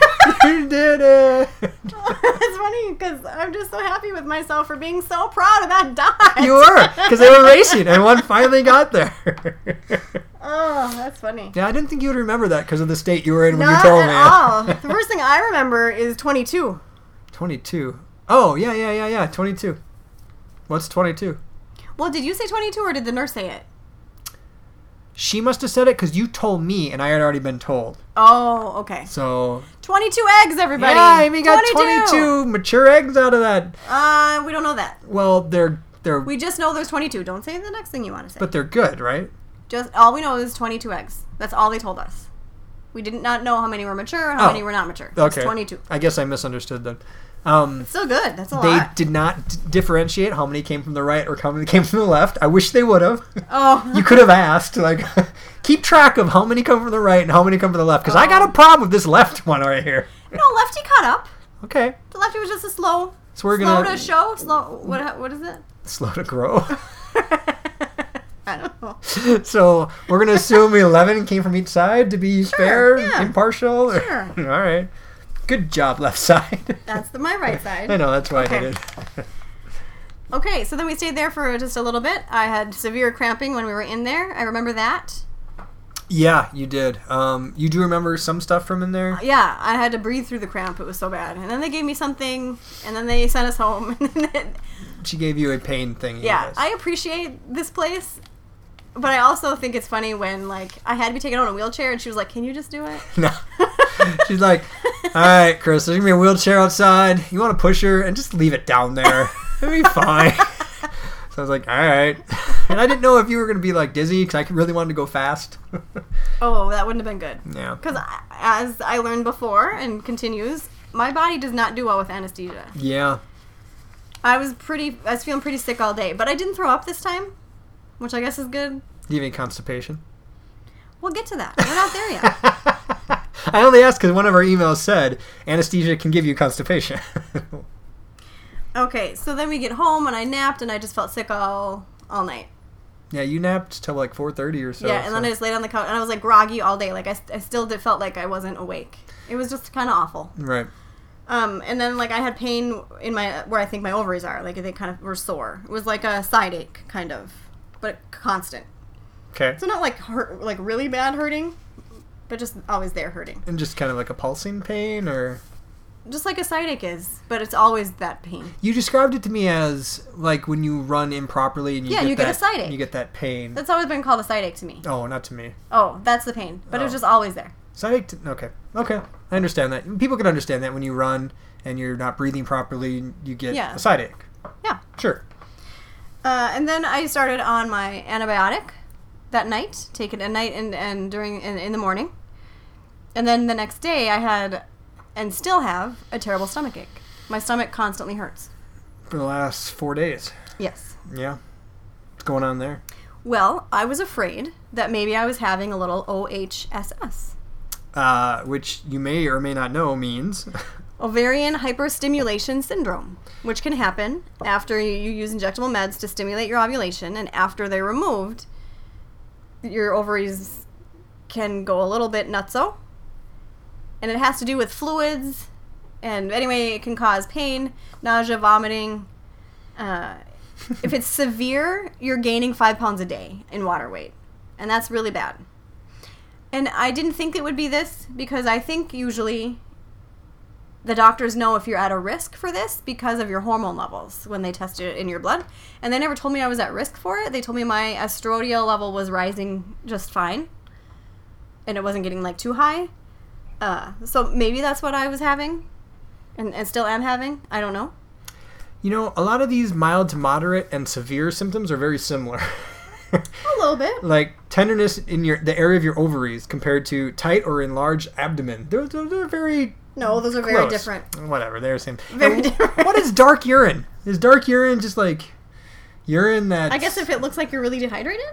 Speaker 2: You did it.
Speaker 1: It's funny because I'm just so happy with myself for being so proud of that dot.
Speaker 2: You were, because they were racing, and one finally got there.
Speaker 1: Oh, that's funny.
Speaker 2: Yeah, I didn't think you would remember that because of the state you were in when
Speaker 1: Not
Speaker 2: you told
Speaker 1: at
Speaker 2: me.
Speaker 1: all. The first thing I remember is 22.
Speaker 2: 22. Oh, yeah, yeah, yeah, yeah. 22. What's 22?
Speaker 1: Well, did you say 22 or did the nurse say it?
Speaker 2: She must have said it because you told me, and I had already been told.
Speaker 1: Oh, okay.
Speaker 2: So
Speaker 1: 22 eggs, everybody.
Speaker 2: yeah, Amy got 22 mature eggs out of that.
Speaker 1: Uh, we don't know that.
Speaker 2: Well, they're they're
Speaker 1: We just know there's 22. Don't say the next thing you want to say.
Speaker 2: but they're good, right?
Speaker 1: just all we know is 22 eggs. That's all they told us. We did not know how many were mature, how
Speaker 2: Oh.
Speaker 1: many were not mature.
Speaker 2: Okay,
Speaker 1: It's 22.
Speaker 2: I guess I misunderstood them. Um,
Speaker 1: Still good. That's a
Speaker 2: they
Speaker 1: lot.
Speaker 2: did not d- differentiate how many came from the right or how many came from the left. I wish they would have.
Speaker 1: Oh,
Speaker 2: you could have asked, like, keep track of how many come from the right and how many come from the left, because I
Speaker 1: Um.
Speaker 2: got a problem with this left one right here.
Speaker 1: no, Lefty caught up.
Speaker 2: Okay,
Speaker 1: The Lefty was just a slow,
Speaker 2: so we're
Speaker 1: slow to
Speaker 2: gonna
Speaker 1: show. Slow. What? What is it?
Speaker 2: slow to grow.
Speaker 1: I don't know.
Speaker 2: so we're gonna assume eleven came from each side to be fair,
Speaker 1: yeah.
Speaker 2: impartial. or-
Speaker 1: Sure.
Speaker 2: All right. Good job, left side.
Speaker 1: That's the, my right side.
Speaker 2: I know that's why I
Speaker 1: Okay.
Speaker 2: did it.
Speaker 1: Okay, so then we stayed there for just a little bit. I had severe cramping when we were in there. I remember that.
Speaker 2: Yeah, you did. Um, you do remember some stuff from in there.
Speaker 1: Yeah, I had to breathe through the cramp. It was so bad. And then they gave me something, and then they sent us home. And then it,
Speaker 2: She gave you a pain thing.
Speaker 1: yeah, I appreciate this place, but I also think it's funny when like I had to be taken out in a wheelchair, and she was like, "Can you just do it?"
Speaker 2: No. She's like, "Uh, all right, Chris, there's gonna be a wheelchair outside. You want to push her and just leave it down there. It'll be fine. so I was like, all right. And I didn't know if you were gonna be like dizzy because I really wanted to go fast.
Speaker 1: Oh, that wouldn't have been good.
Speaker 2: yeah.
Speaker 1: Because as I learned before and continues, my body does not do well with anesthesia.
Speaker 2: Yeah.
Speaker 1: I was pretty, I was feeling pretty sick all day, but I didn't throw up this time, which I guess is good.
Speaker 2: Do you have any constipation?
Speaker 1: We'll get to that. We're not there yet.
Speaker 2: I only asked because one of our emails said anesthesia can give you constipation.
Speaker 1: Okay, so then we get home and I napped and I just felt sick all all night.
Speaker 2: yeah, you napped till like 4:30 or so.
Speaker 1: yeah, and then
Speaker 2: Oh, so-
Speaker 1: I just laid on the couch and I was like groggy all day. Like I, I still did, felt like I wasn't awake. It was just kind of awful.
Speaker 2: right.
Speaker 1: Um, and then like I had pain in my where I think my ovaries are. Like they kind of were sore. It was like a side ache kind of, but constant.
Speaker 2: Okay.
Speaker 1: So not like hurt, like really bad hurting, but just always there hurting.
Speaker 2: and just kind of like a pulsing pain or
Speaker 1: Just like a side ache is, but it's always that pain.
Speaker 2: you described it to me as like when you run improperly and you
Speaker 1: Yeah,
Speaker 2: get
Speaker 1: you
Speaker 2: that,
Speaker 1: get a side ache.
Speaker 2: you get that pain
Speaker 1: That's always been called a side ache to me.
Speaker 2: oh not to me
Speaker 1: Oh, that's the pain, but it was
Speaker 2: Oh.
Speaker 1: just always there.
Speaker 2: side ache to, okay okay i understand that people can understand that when you run and you're not breathing properly you get
Speaker 1: Yeah.
Speaker 2: a side ache
Speaker 1: Yeah.
Speaker 2: sure
Speaker 1: Uh, and then I started on my antibiotic that night, take it at night and, and during in, in the morning. And then the next day I had and still have a terrible stomach ache. My stomach constantly hurts.
Speaker 2: for the last four days
Speaker 1: Yes.
Speaker 2: yeah what's going on there
Speaker 1: Well, I was afraid that maybe I was having a little OHSS,
Speaker 2: uh, which you may or may not know means
Speaker 1: ovarian hyperstimulation syndrome, which can happen after you you use injectable meds to stimulate your ovulation and after they're removed, your ovaries can go a little bit nutso. And it has to do with fluids and anyway, it can cause pain, nausea, vomiting. Uh, if it's severe, you're gaining five pounds a day in water weight, and that's really bad. And I didn't think it would be this because I think usually the doctors know if you're at a risk for this because of your hormone levels when they test it in your blood. And they never told me I was at risk for it. They told me my estradiol level was rising just fine and it wasn't getting like too high. Uh, so maybe that's what I was having and, and still am having. I don't know.
Speaker 2: you know a lot of these mild to moderate and severe symptoms are very similar
Speaker 1: A little bit.
Speaker 2: like tenderness in your the area of your ovaries compared to tight or enlarged abdomen. They're, they're, they're very
Speaker 1: No, those are very
Speaker 2: close.
Speaker 1: different.
Speaker 2: Whatever, they're the same.
Speaker 1: Very
Speaker 2: And
Speaker 1: different.
Speaker 2: What is dark urine? Is dark urine just like urine that?
Speaker 1: I guess if it looks like you're really dehydrated,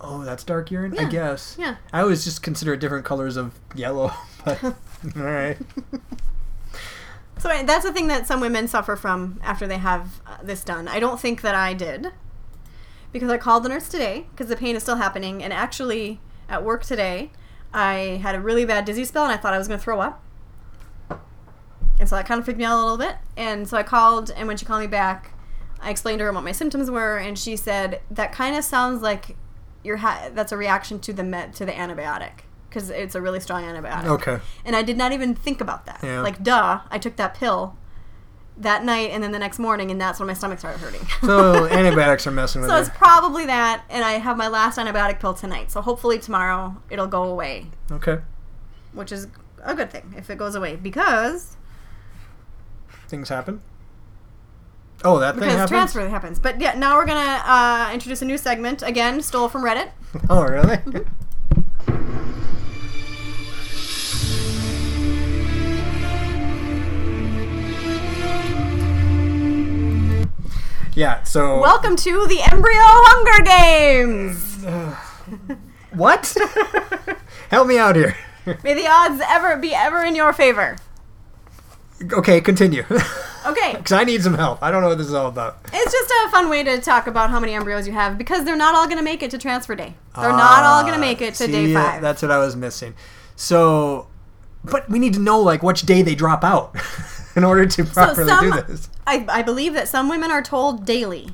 Speaker 2: oh, that's dark urine. I
Speaker 1: Yeah,
Speaker 2: guess.
Speaker 1: yeah.
Speaker 2: I always just consider it different colors of yellow. But all right.
Speaker 1: So I- that's the thing that some women suffer from after they have uh, this done. I don't think that I did because I called the nurse today because the pain is still happening. And actually, at work today, I had a really bad dizzy spell and I thought I was going to throw up. And so that kind of freaked me out a little bit. And so I called, and when she called me back, I explained to her what my symptoms were, and she said that kind of sounds like you're ha- that's a reaction to the med- to the antibiotic because it's a really strong antibiotic
Speaker 2: Okay.
Speaker 1: and I did not even think about that.
Speaker 2: Yeah.
Speaker 1: Like, duh, I took that pill. that night and then the next morning, and that's when my stomach started hurting.
Speaker 2: So antibiotics are messing with
Speaker 1: so it's
Speaker 2: her.
Speaker 1: probably that, and I have my last antibiotic pill tonight. So hopefully tomorrow it'll go away,
Speaker 2: Okay.
Speaker 1: which is a good thing if it goes away because
Speaker 2: Things happen. Oh, that thing
Speaker 1: because
Speaker 2: happens.
Speaker 1: transfer happens. But yeah, now we're gonna uh, introduce a new segment again, stole from Reddit.
Speaker 2: Oh, really? yeah. So
Speaker 1: Welcome to the Embryo Hunger Games.
Speaker 2: what? Help me out here.
Speaker 1: May the odds ever be ever in your favor.
Speaker 2: okay, continue.
Speaker 1: Okay,
Speaker 2: Because I need some help. I don't know what this is all about.
Speaker 1: it's just a fun way to talk about how many embryos you have because they're not all gonna make it to transfer day. They're not all gonna make it to
Speaker 2: Ah, See,
Speaker 1: day five.
Speaker 2: That's what I was missing. So, but we need to know like which day they drop out in order to properly do this.
Speaker 1: I, I believe that some women are told daily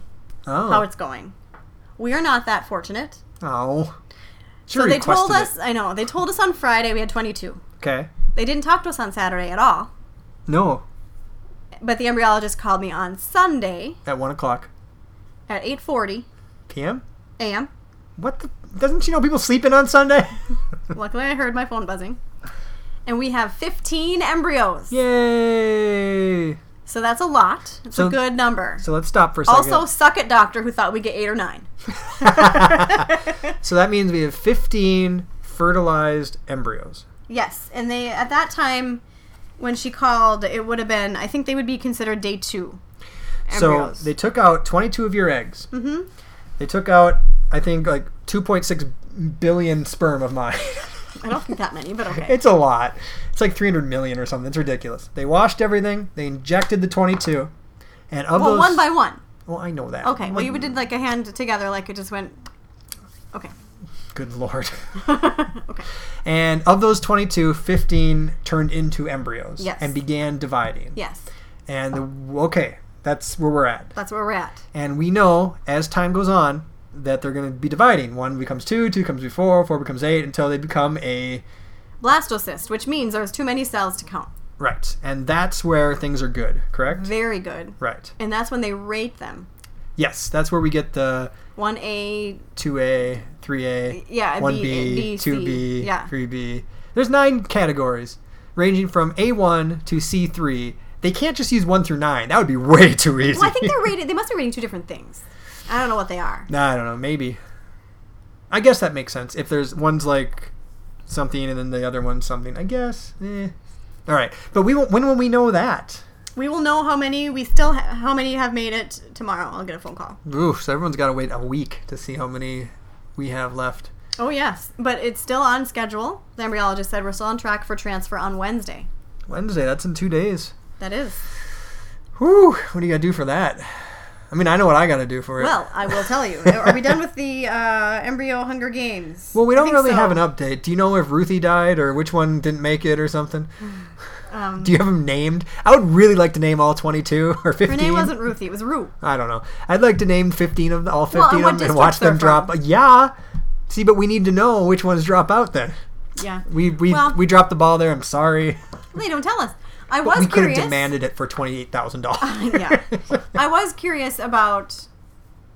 Speaker 2: Oh,
Speaker 1: how it's going. We are not that fortunate.
Speaker 2: oh. She
Speaker 1: So they told
Speaker 2: requested
Speaker 1: us,
Speaker 2: it.
Speaker 1: I know, they told us on Friday we had 22.
Speaker 2: Okay.
Speaker 1: They didn't talk to us on Saturday at all.
Speaker 2: No,
Speaker 1: But the embryologist called me on Sunday
Speaker 2: at one o'clock
Speaker 1: at 8:40
Speaker 2: p.m.
Speaker 1: a.m.
Speaker 2: What the? Doesn't she know people sleeping on Sunday?
Speaker 1: Luckily I heard my phone buzzing. And we have 15 embryos.
Speaker 2: Yay!
Speaker 1: So that's a lot. It's
Speaker 2: So-
Speaker 1: a good number.
Speaker 2: So let's stop for a second.
Speaker 1: also, suck it, doctor, who thought we'd get 8 or 9.
Speaker 2: so that means we have 15 fertilized embryos.
Speaker 1: Yes, and they at that time when she called, it would have been I think they would be considered day two. Embryos.
Speaker 2: So they took out 22 of your eggs. Mm-hmm. They took out, I think, like 2.6 billion sperm of mine.
Speaker 1: I don't think that many, but okay.
Speaker 2: it's a lot. It's like 300 million or something. It's ridiculous. They washed everything. They injected the 22, and of
Speaker 1: well,
Speaker 2: those,
Speaker 1: one by one.
Speaker 2: well, I know that.
Speaker 1: Okay. Well, you
Speaker 2: One-
Speaker 1: did like a hand together, like it just went. Okay.
Speaker 2: Good lord.
Speaker 1: okay.
Speaker 2: and of those 22, 15 turned into embryos
Speaker 1: Yes.
Speaker 2: and began dividing.
Speaker 1: Yes,
Speaker 2: And the, okay, that's where we're at.
Speaker 1: that's where we're at.
Speaker 2: And we know as time goes on that they're going to be dividing. One becomes two, two becomes four, four becomes eight, until they become a
Speaker 1: Blastocyst, which means there's too many cells to count.
Speaker 2: right. And that's where things are good, correct?
Speaker 1: Very good.
Speaker 2: Right.
Speaker 1: And that's when they rate them.
Speaker 2: Yes, that's where we get the
Speaker 1: One A.
Speaker 2: two A, three A,
Speaker 1: Yeah,
Speaker 2: one
Speaker 1: B,
Speaker 2: B,
Speaker 1: B,
Speaker 2: two
Speaker 1: C,
Speaker 2: B,
Speaker 1: yeah.
Speaker 2: three B. There's nine categories, ranging from A one to C three. They can't just use one through nine. That would be way too easy.
Speaker 1: Well, I think they're rated. They must be rating two different things. I don't know what they are.
Speaker 2: Nah, I don't know. Maybe. I guess that makes sense. If there's one's like something and then the other one's something, I guess. Eh. All right, but we won't, when will we know that?
Speaker 1: We will know how many we still ha- how many have made it tomorrow. I'll get a phone call.
Speaker 2: Oof! So everyone's got to wait a week to see how many we have left.
Speaker 1: Oh yes, but it's still on schedule. The embryologist said we're still on track for transfer on Wednesday.
Speaker 2: Wednesday. That's in two days.
Speaker 1: That is.
Speaker 2: Whew! What do you got to do for that? I mean, I know what I got to do for it.
Speaker 1: Well, I will tell you. Are we done with the uh, embryo Hunger Games?
Speaker 2: Well, we
Speaker 1: I
Speaker 2: don't
Speaker 1: think
Speaker 2: really
Speaker 1: so.
Speaker 2: have an update. Do you know if Ruthie died or which one didn't make it or something?
Speaker 1: Um,
Speaker 2: Do you have them named? I would really like to name all 22 or 15.
Speaker 1: her name wasn't Ruthie; it was Rue.
Speaker 2: I don't know. I'd like to name 15 of the, all 15
Speaker 1: Well, and what
Speaker 2: of them and
Speaker 1: districts
Speaker 2: watch them
Speaker 1: they're
Speaker 2: drop.
Speaker 1: from.
Speaker 2: Yeah. See, but we need to know which ones drop out then.
Speaker 1: Yeah,
Speaker 2: We we
Speaker 1: Well-
Speaker 2: we dropped the ball there. I'm sorry.
Speaker 1: they don't tell us. I
Speaker 2: But
Speaker 1: was
Speaker 2: we could have
Speaker 1: curious.
Speaker 2: demanded it for $28,000.
Speaker 1: yeah, I was curious about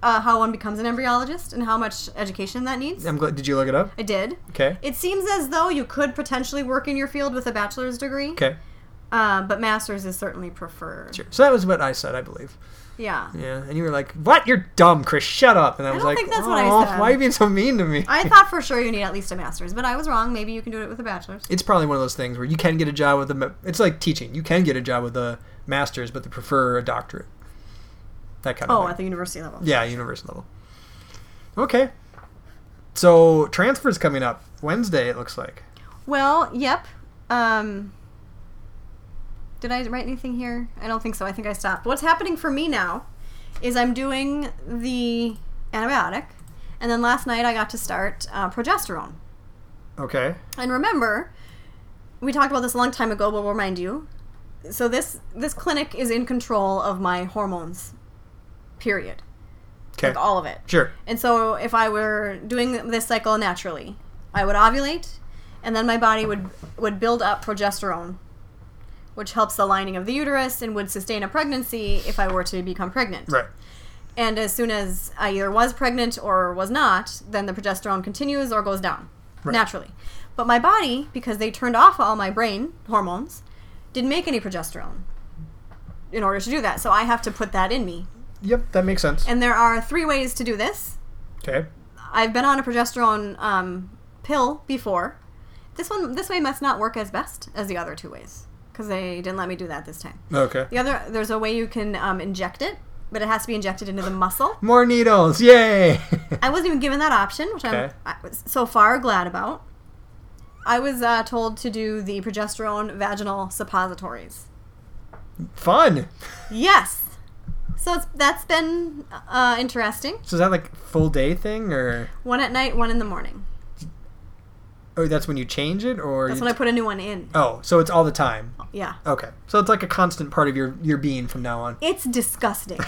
Speaker 1: uh, how one becomes an embryologist and how much education that needs.
Speaker 2: I'm glad. Did you look it up?
Speaker 1: I did.
Speaker 2: Okay.
Speaker 1: It seems as though you could potentially work in your field with a bachelor's degree,
Speaker 2: Okay.
Speaker 1: uh, but master's is certainly preferred.
Speaker 2: Sure. So that was what I said, I believe.
Speaker 1: Yeah.
Speaker 2: Yeah. And you were like, "What? You're dumb, Chris. Shut up." And I was
Speaker 1: don't
Speaker 2: like,
Speaker 1: think that's what I
Speaker 2: "Aw,
Speaker 1: said."
Speaker 2: "Why are you being so mean to me?"
Speaker 1: I thought for sure you need at least a master's, but I was wrong. Maybe you can do it with a bachelor's.
Speaker 2: it's probably one of those things where you can get a job with a. ma- It's like teaching. You can get a job with a master's, but they prefer a doctorate. That kind of.
Speaker 1: Oh,
Speaker 2: thing.
Speaker 1: at the university level.
Speaker 2: Yeah, universe level. Okay. So transfer's coming up Wednesday. It looks like.
Speaker 1: Well, yep. Um, did I write anything here? I don't think so. I think I stopped. What's happening for me now is I'm doing the antibiotic, and then last night I got to start uh, progesterone.
Speaker 2: Okay.
Speaker 1: And remember, we talked about this a long time ago, but we'll remind you. So this this clinic is in control of my hormones. Period.
Speaker 2: Okay.
Speaker 1: Like all of it.
Speaker 2: Sure.
Speaker 1: And so if I were doing this cycle naturally, I would ovulate and then my body would would build up progesterone which helps the lining of the uterus and would sustain a pregnancy if I were to become pregnant.
Speaker 2: Right.
Speaker 1: And as soon as I either was pregnant or was not, then the progesterone continues or goes down
Speaker 2: Right.
Speaker 1: naturally. But my body, because they turned off all my brain hormones, didn't make any progesterone in order to do that. So I have to put that in me.
Speaker 2: Yep, that makes sense.
Speaker 1: And there are three ways to do this.
Speaker 2: Okay.
Speaker 1: I've been on a progesterone um, pill before. This one, this way, must not work as best as the other two ways because they didn't let me do that this time.
Speaker 2: Okay.
Speaker 1: The other, there's a way you can um, inject it, but it has to be injected into the muscle.
Speaker 2: More needles. Yay.
Speaker 1: I wasn't even given that option, which I'm
Speaker 2: Okay.
Speaker 1: I was so far glad about. I was uh, told to do the progesterone vaginal suppositories.
Speaker 2: Fun.
Speaker 1: Yes. So it's, that's been uh, interesting.
Speaker 2: So is that like full day thing or
Speaker 1: One at night, one in the morning.
Speaker 2: oh that's when you change it or
Speaker 1: That's
Speaker 2: you
Speaker 1: when I put a new one in.
Speaker 2: Oh, so it's all the time.
Speaker 1: Yeah.
Speaker 2: Okay. So it's like a constant part of your your being from now on.
Speaker 1: It's disgusting.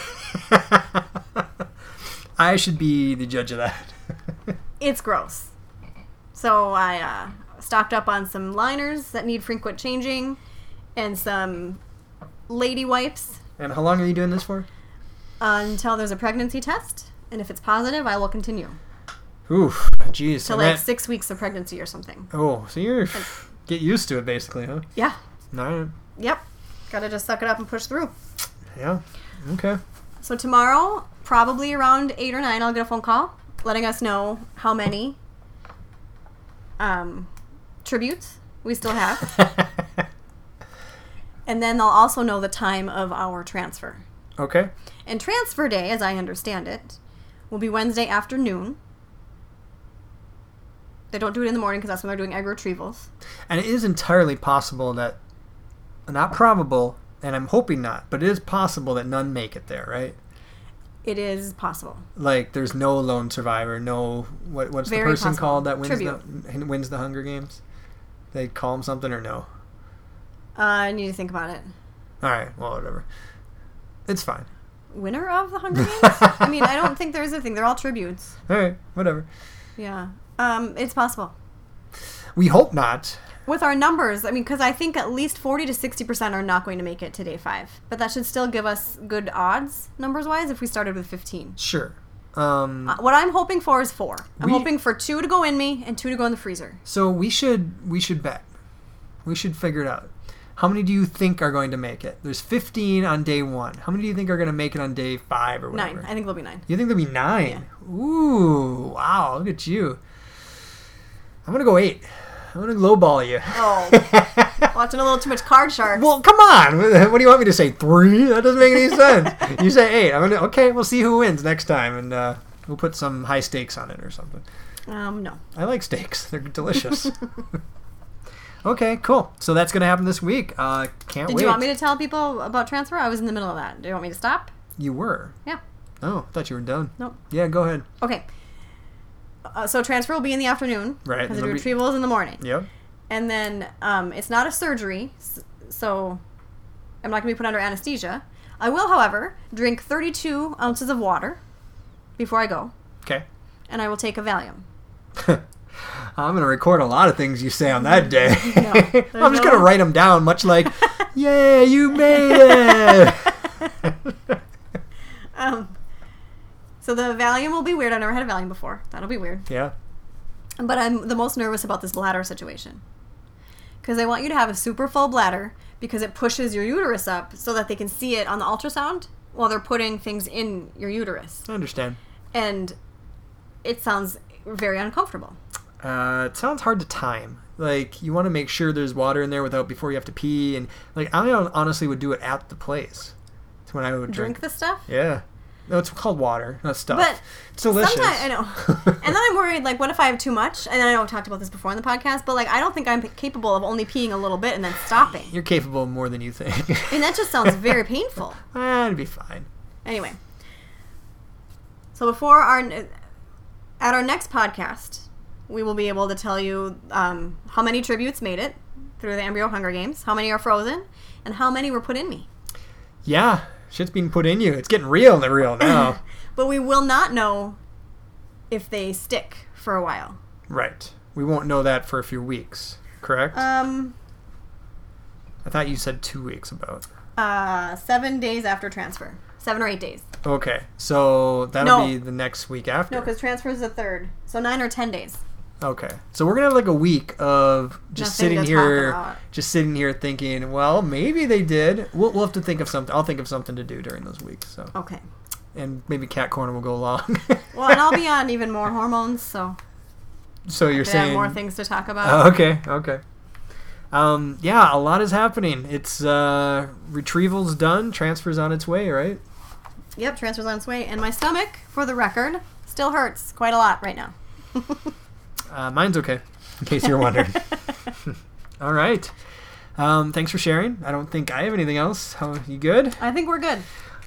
Speaker 2: I should be the judge of that.
Speaker 1: it's gross. So I uh, stocked up on some liners that need frequent changing and some lady wipes
Speaker 2: and how long are you doing this for?
Speaker 1: until there's a pregnancy test. And if it's positive, I will continue
Speaker 2: Oof. Jeez.
Speaker 1: to
Speaker 2: and
Speaker 1: like
Speaker 2: that-
Speaker 1: six weeks of pregnancy or something.
Speaker 2: Oh, so you're get used to it basically, huh?
Speaker 1: Yeah.
Speaker 2: All right.
Speaker 1: Yep. Gotta just suck it up and push through.
Speaker 2: Yeah. Okay.
Speaker 1: So tomorrow, probably around eight or nine, I'll get a phone call letting us know how many um, tributes we still have, and then they'll also know the time of our transfer.
Speaker 2: okay.
Speaker 1: And transfer day, as I understand it, will be Wednesday afternoon. They don't do it in the morning because that's when they're doing egg retrievals.
Speaker 2: And it is entirely possible that, not probable, and I'm hoping not, but it is possible that none make it there, right?
Speaker 1: It is possible.
Speaker 2: Like there's no lone survivor, no what what's
Speaker 1: Very
Speaker 2: the person
Speaker 1: possible.
Speaker 2: called that wins
Speaker 1: Tribute.
Speaker 2: the wins the Hunger Games? They call him something or no?
Speaker 1: Uh, I need to think about it.
Speaker 2: All right, well whatever. It's fine.
Speaker 1: Winner of the Hunger Games? I mean, I don't think there is a thing. They're all tributes.
Speaker 2: All right, whatever.
Speaker 1: Yeah. Um, it's possible.
Speaker 2: We hope not.
Speaker 1: With our numbers, I mean, because I think at least 40 to 60% are not going to make it to day five. But that should still give us good odds, numbers wise, if we started with 15.
Speaker 2: Sure. Um,
Speaker 1: Uh, What I'm hoping for is four. I'm
Speaker 2: We-
Speaker 1: hoping for two to go in me and two to go in the freezer.
Speaker 2: So we should we should bet. We should figure it out. How many do you think are going to make it? There's 15 on day one. How many do you think are going to make it on day five or whatever?
Speaker 1: Nine. I think there'll be nine.
Speaker 2: You think there'll be nine? Ooh, wow! Look at you. I'm gonna go eight. I'm gonna lowball you.
Speaker 1: Oh, watching a little too much card shark.
Speaker 2: Well, come on. What do you want me to say? Three? That doesn't make any sense. you say eight. I'm gonna. Okay, we'll see who wins next time, and uh, we'll put some high stakes on it or something.
Speaker 1: Um, no.
Speaker 2: I like steaks. They're delicious. okay, cool. So that's gonna happen this week. Uh, can't
Speaker 1: Did
Speaker 2: wait.
Speaker 1: you want me to tell people about transfer? I was in the middle of that. Do you want me to stop?
Speaker 2: You were.
Speaker 1: Yeah.
Speaker 2: Oh, I thought you were done.
Speaker 1: Nope.
Speaker 2: Yeah, go ahead.
Speaker 1: Okay. Uh, so transfer will be in the afternoon. Because
Speaker 2: Right, and
Speaker 1: the
Speaker 2: it'll be-
Speaker 1: retrieval is in the morning.
Speaker 2: Yep.
Speaker 1: And then um, it's not a surgery, s- so I'm not going to be put under anesthesia. I will, however, drink 32 ounces of water before I go,
Speaker 2: Okay.
Speaker 1: and I will take a Valium.
Speaker 2: I'm gonna record a lot of things you say on that day.
Speaker 1: there's
Speaker 2: I'm just
Speaker 1: no-
Speaker 2: gonna write them down, much like, "Yay, you made it!"
Speaker 1: Um, so the Valium will be weird. I've never had a Valium before. That'll be weird.
Speaker 2: yeah.
Speaker 1: But I'm the most nervous about this bladder situation. Because I want you to have a super full bladder because it pushes your uterus up so that they can see it on the ultrasound while they're putting things in your uterus.
Speaker 2: I understand.
Speaker 1: And it sounds very uncomfortable.
Speaker 2: Uh, it sounds hard to time. Like you want to make sure there's water in there without before you have to pee, and like I honestly would do it at the place. That's when I would drink.
Speaker 1: Drink this stuff?
Speaker 2: Yeah. No, it's called water, not stuff.
Speaker 1: But
Speaker 2: it's delicious.
Speaker 1: Sometimes I know. and then I'm worried like what if I have too much? And I know I talked about this before in the podcast, but like I don't think I'm capable of only peeing a little bit and then stopping.
Speaker 2: You're capable of more than you think.
Speaker 1: And that just sounds very painful.
Speaker 2: ah, it'd be fine.
Speaker 1: Anyway, so before our at our next podcast, we will be able to tell you um, how many tributes made it through the embryo Hunger Games, how many are frozen, and how many were put in me.
Speaker 2: Yeah, shit's being put in you. It's getting real in the real now.
Speaker 1: But we will not know if they stick for a while. Uh,
Speaker 2: right. We won't know that for a few weeks, correct?
Speaker 1: Um,
Speaker 2: I thought you said two weeks about.
Speaker 1: Uh, seven days after transfer. Seven or eight days.
Speaker 2: Okay, so that'll
Speaker 1: No.
Speaker 2: be the next week after.
Speaker 1: No, because transfer is the third. So nine or ten days.
Speaker 2: Okay, so we're gonna have like a week of just
Speaker 1: Nothing
Speaker 2: sitting
Speaker 1: to
Speaker 2: here,
Speaker 1: talk about.
Speaker 2: just sitting here thinking. Well, maybe they did. We'll, we'll have to think of something. I'll think of something to do during those weeks. So,
Speaker 1: Okay.
Speaker 2: and maybe Cat Corner will go along.
Speaker 1: Well, and I'll be on even more hormones, so
Speaker 2: so you're
Speaker 1: I
Speaker 2: saying
Speaker 1: have more things to talk about.
Speaker 2: Oh, okay, okay. Um, yeah, a lot is happening. It's uh, retrieval's done, transfer's on its way, right?
Speaker 1: Yep, transfer's on its way, and my stomach, for the record, still hurts quite a lot right now.
Speaker 2: Uh, mine's okay, in case you're wondering. All right. Um, thanks for sharing. I don't think I have anything else. How you good?
Speaker 1: I think we're good.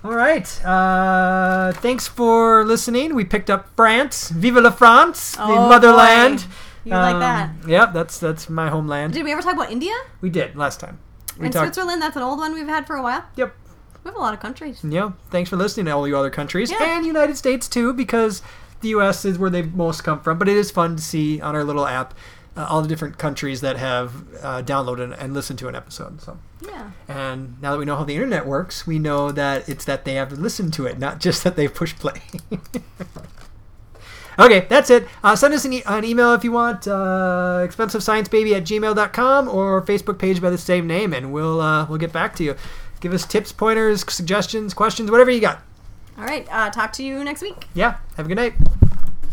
Speaker 2: All right. Uh, thanks for listening. We picked up France. Vive la France,
Speaker 1: Oh,
Speaker 2: the motherland.
Speaker 1: boy. You like
Speaker 2: Um,
Speaker 1: that?
Speaker 2: Yep, that's that's my homeland.
Speaker 1: Did we ever talk about India
Speaker 2: we did last time. We
Speaker 1: and Switzerland? That's an old one we've had for a while.
Speaker 2: Yep.
Speaker 1: We have a lot of countries.
Speaker 2: Yeah, thanks for listening to all you other countries
Speaker 1: Yeah.
Speaker 2: and United States too, because the U.S. is where they most come from. But it is fun to see on our little app uh, all the different countries that have uh, downloaded and listened to an episode. So,
Speaker 1: Yeah.
Speaker 2: and now that we know how the internet works, we know that it's that they have listened to it, not just that they've pushed play. okay, that's it. Uh, send us an, e- an email if you want, uh, expensivesciencebaby at gmail.com or Facebook page by the same name, and we'll uh, we'll get back to you. Give us tips, pointers, suggestions, questions, whatever you got.
Speaker 1: All right. Uh, talk to you next week.
Speaker 2: Yeah, have a good night.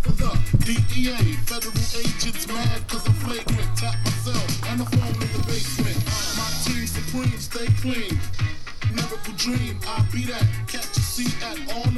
Speaker 3: For the DEA, federal agents mad cause I'm flagrant. Tap myself and the phone in the basement. My team supreme, stay clean. Never dream, I'll be that. Catch a seat at all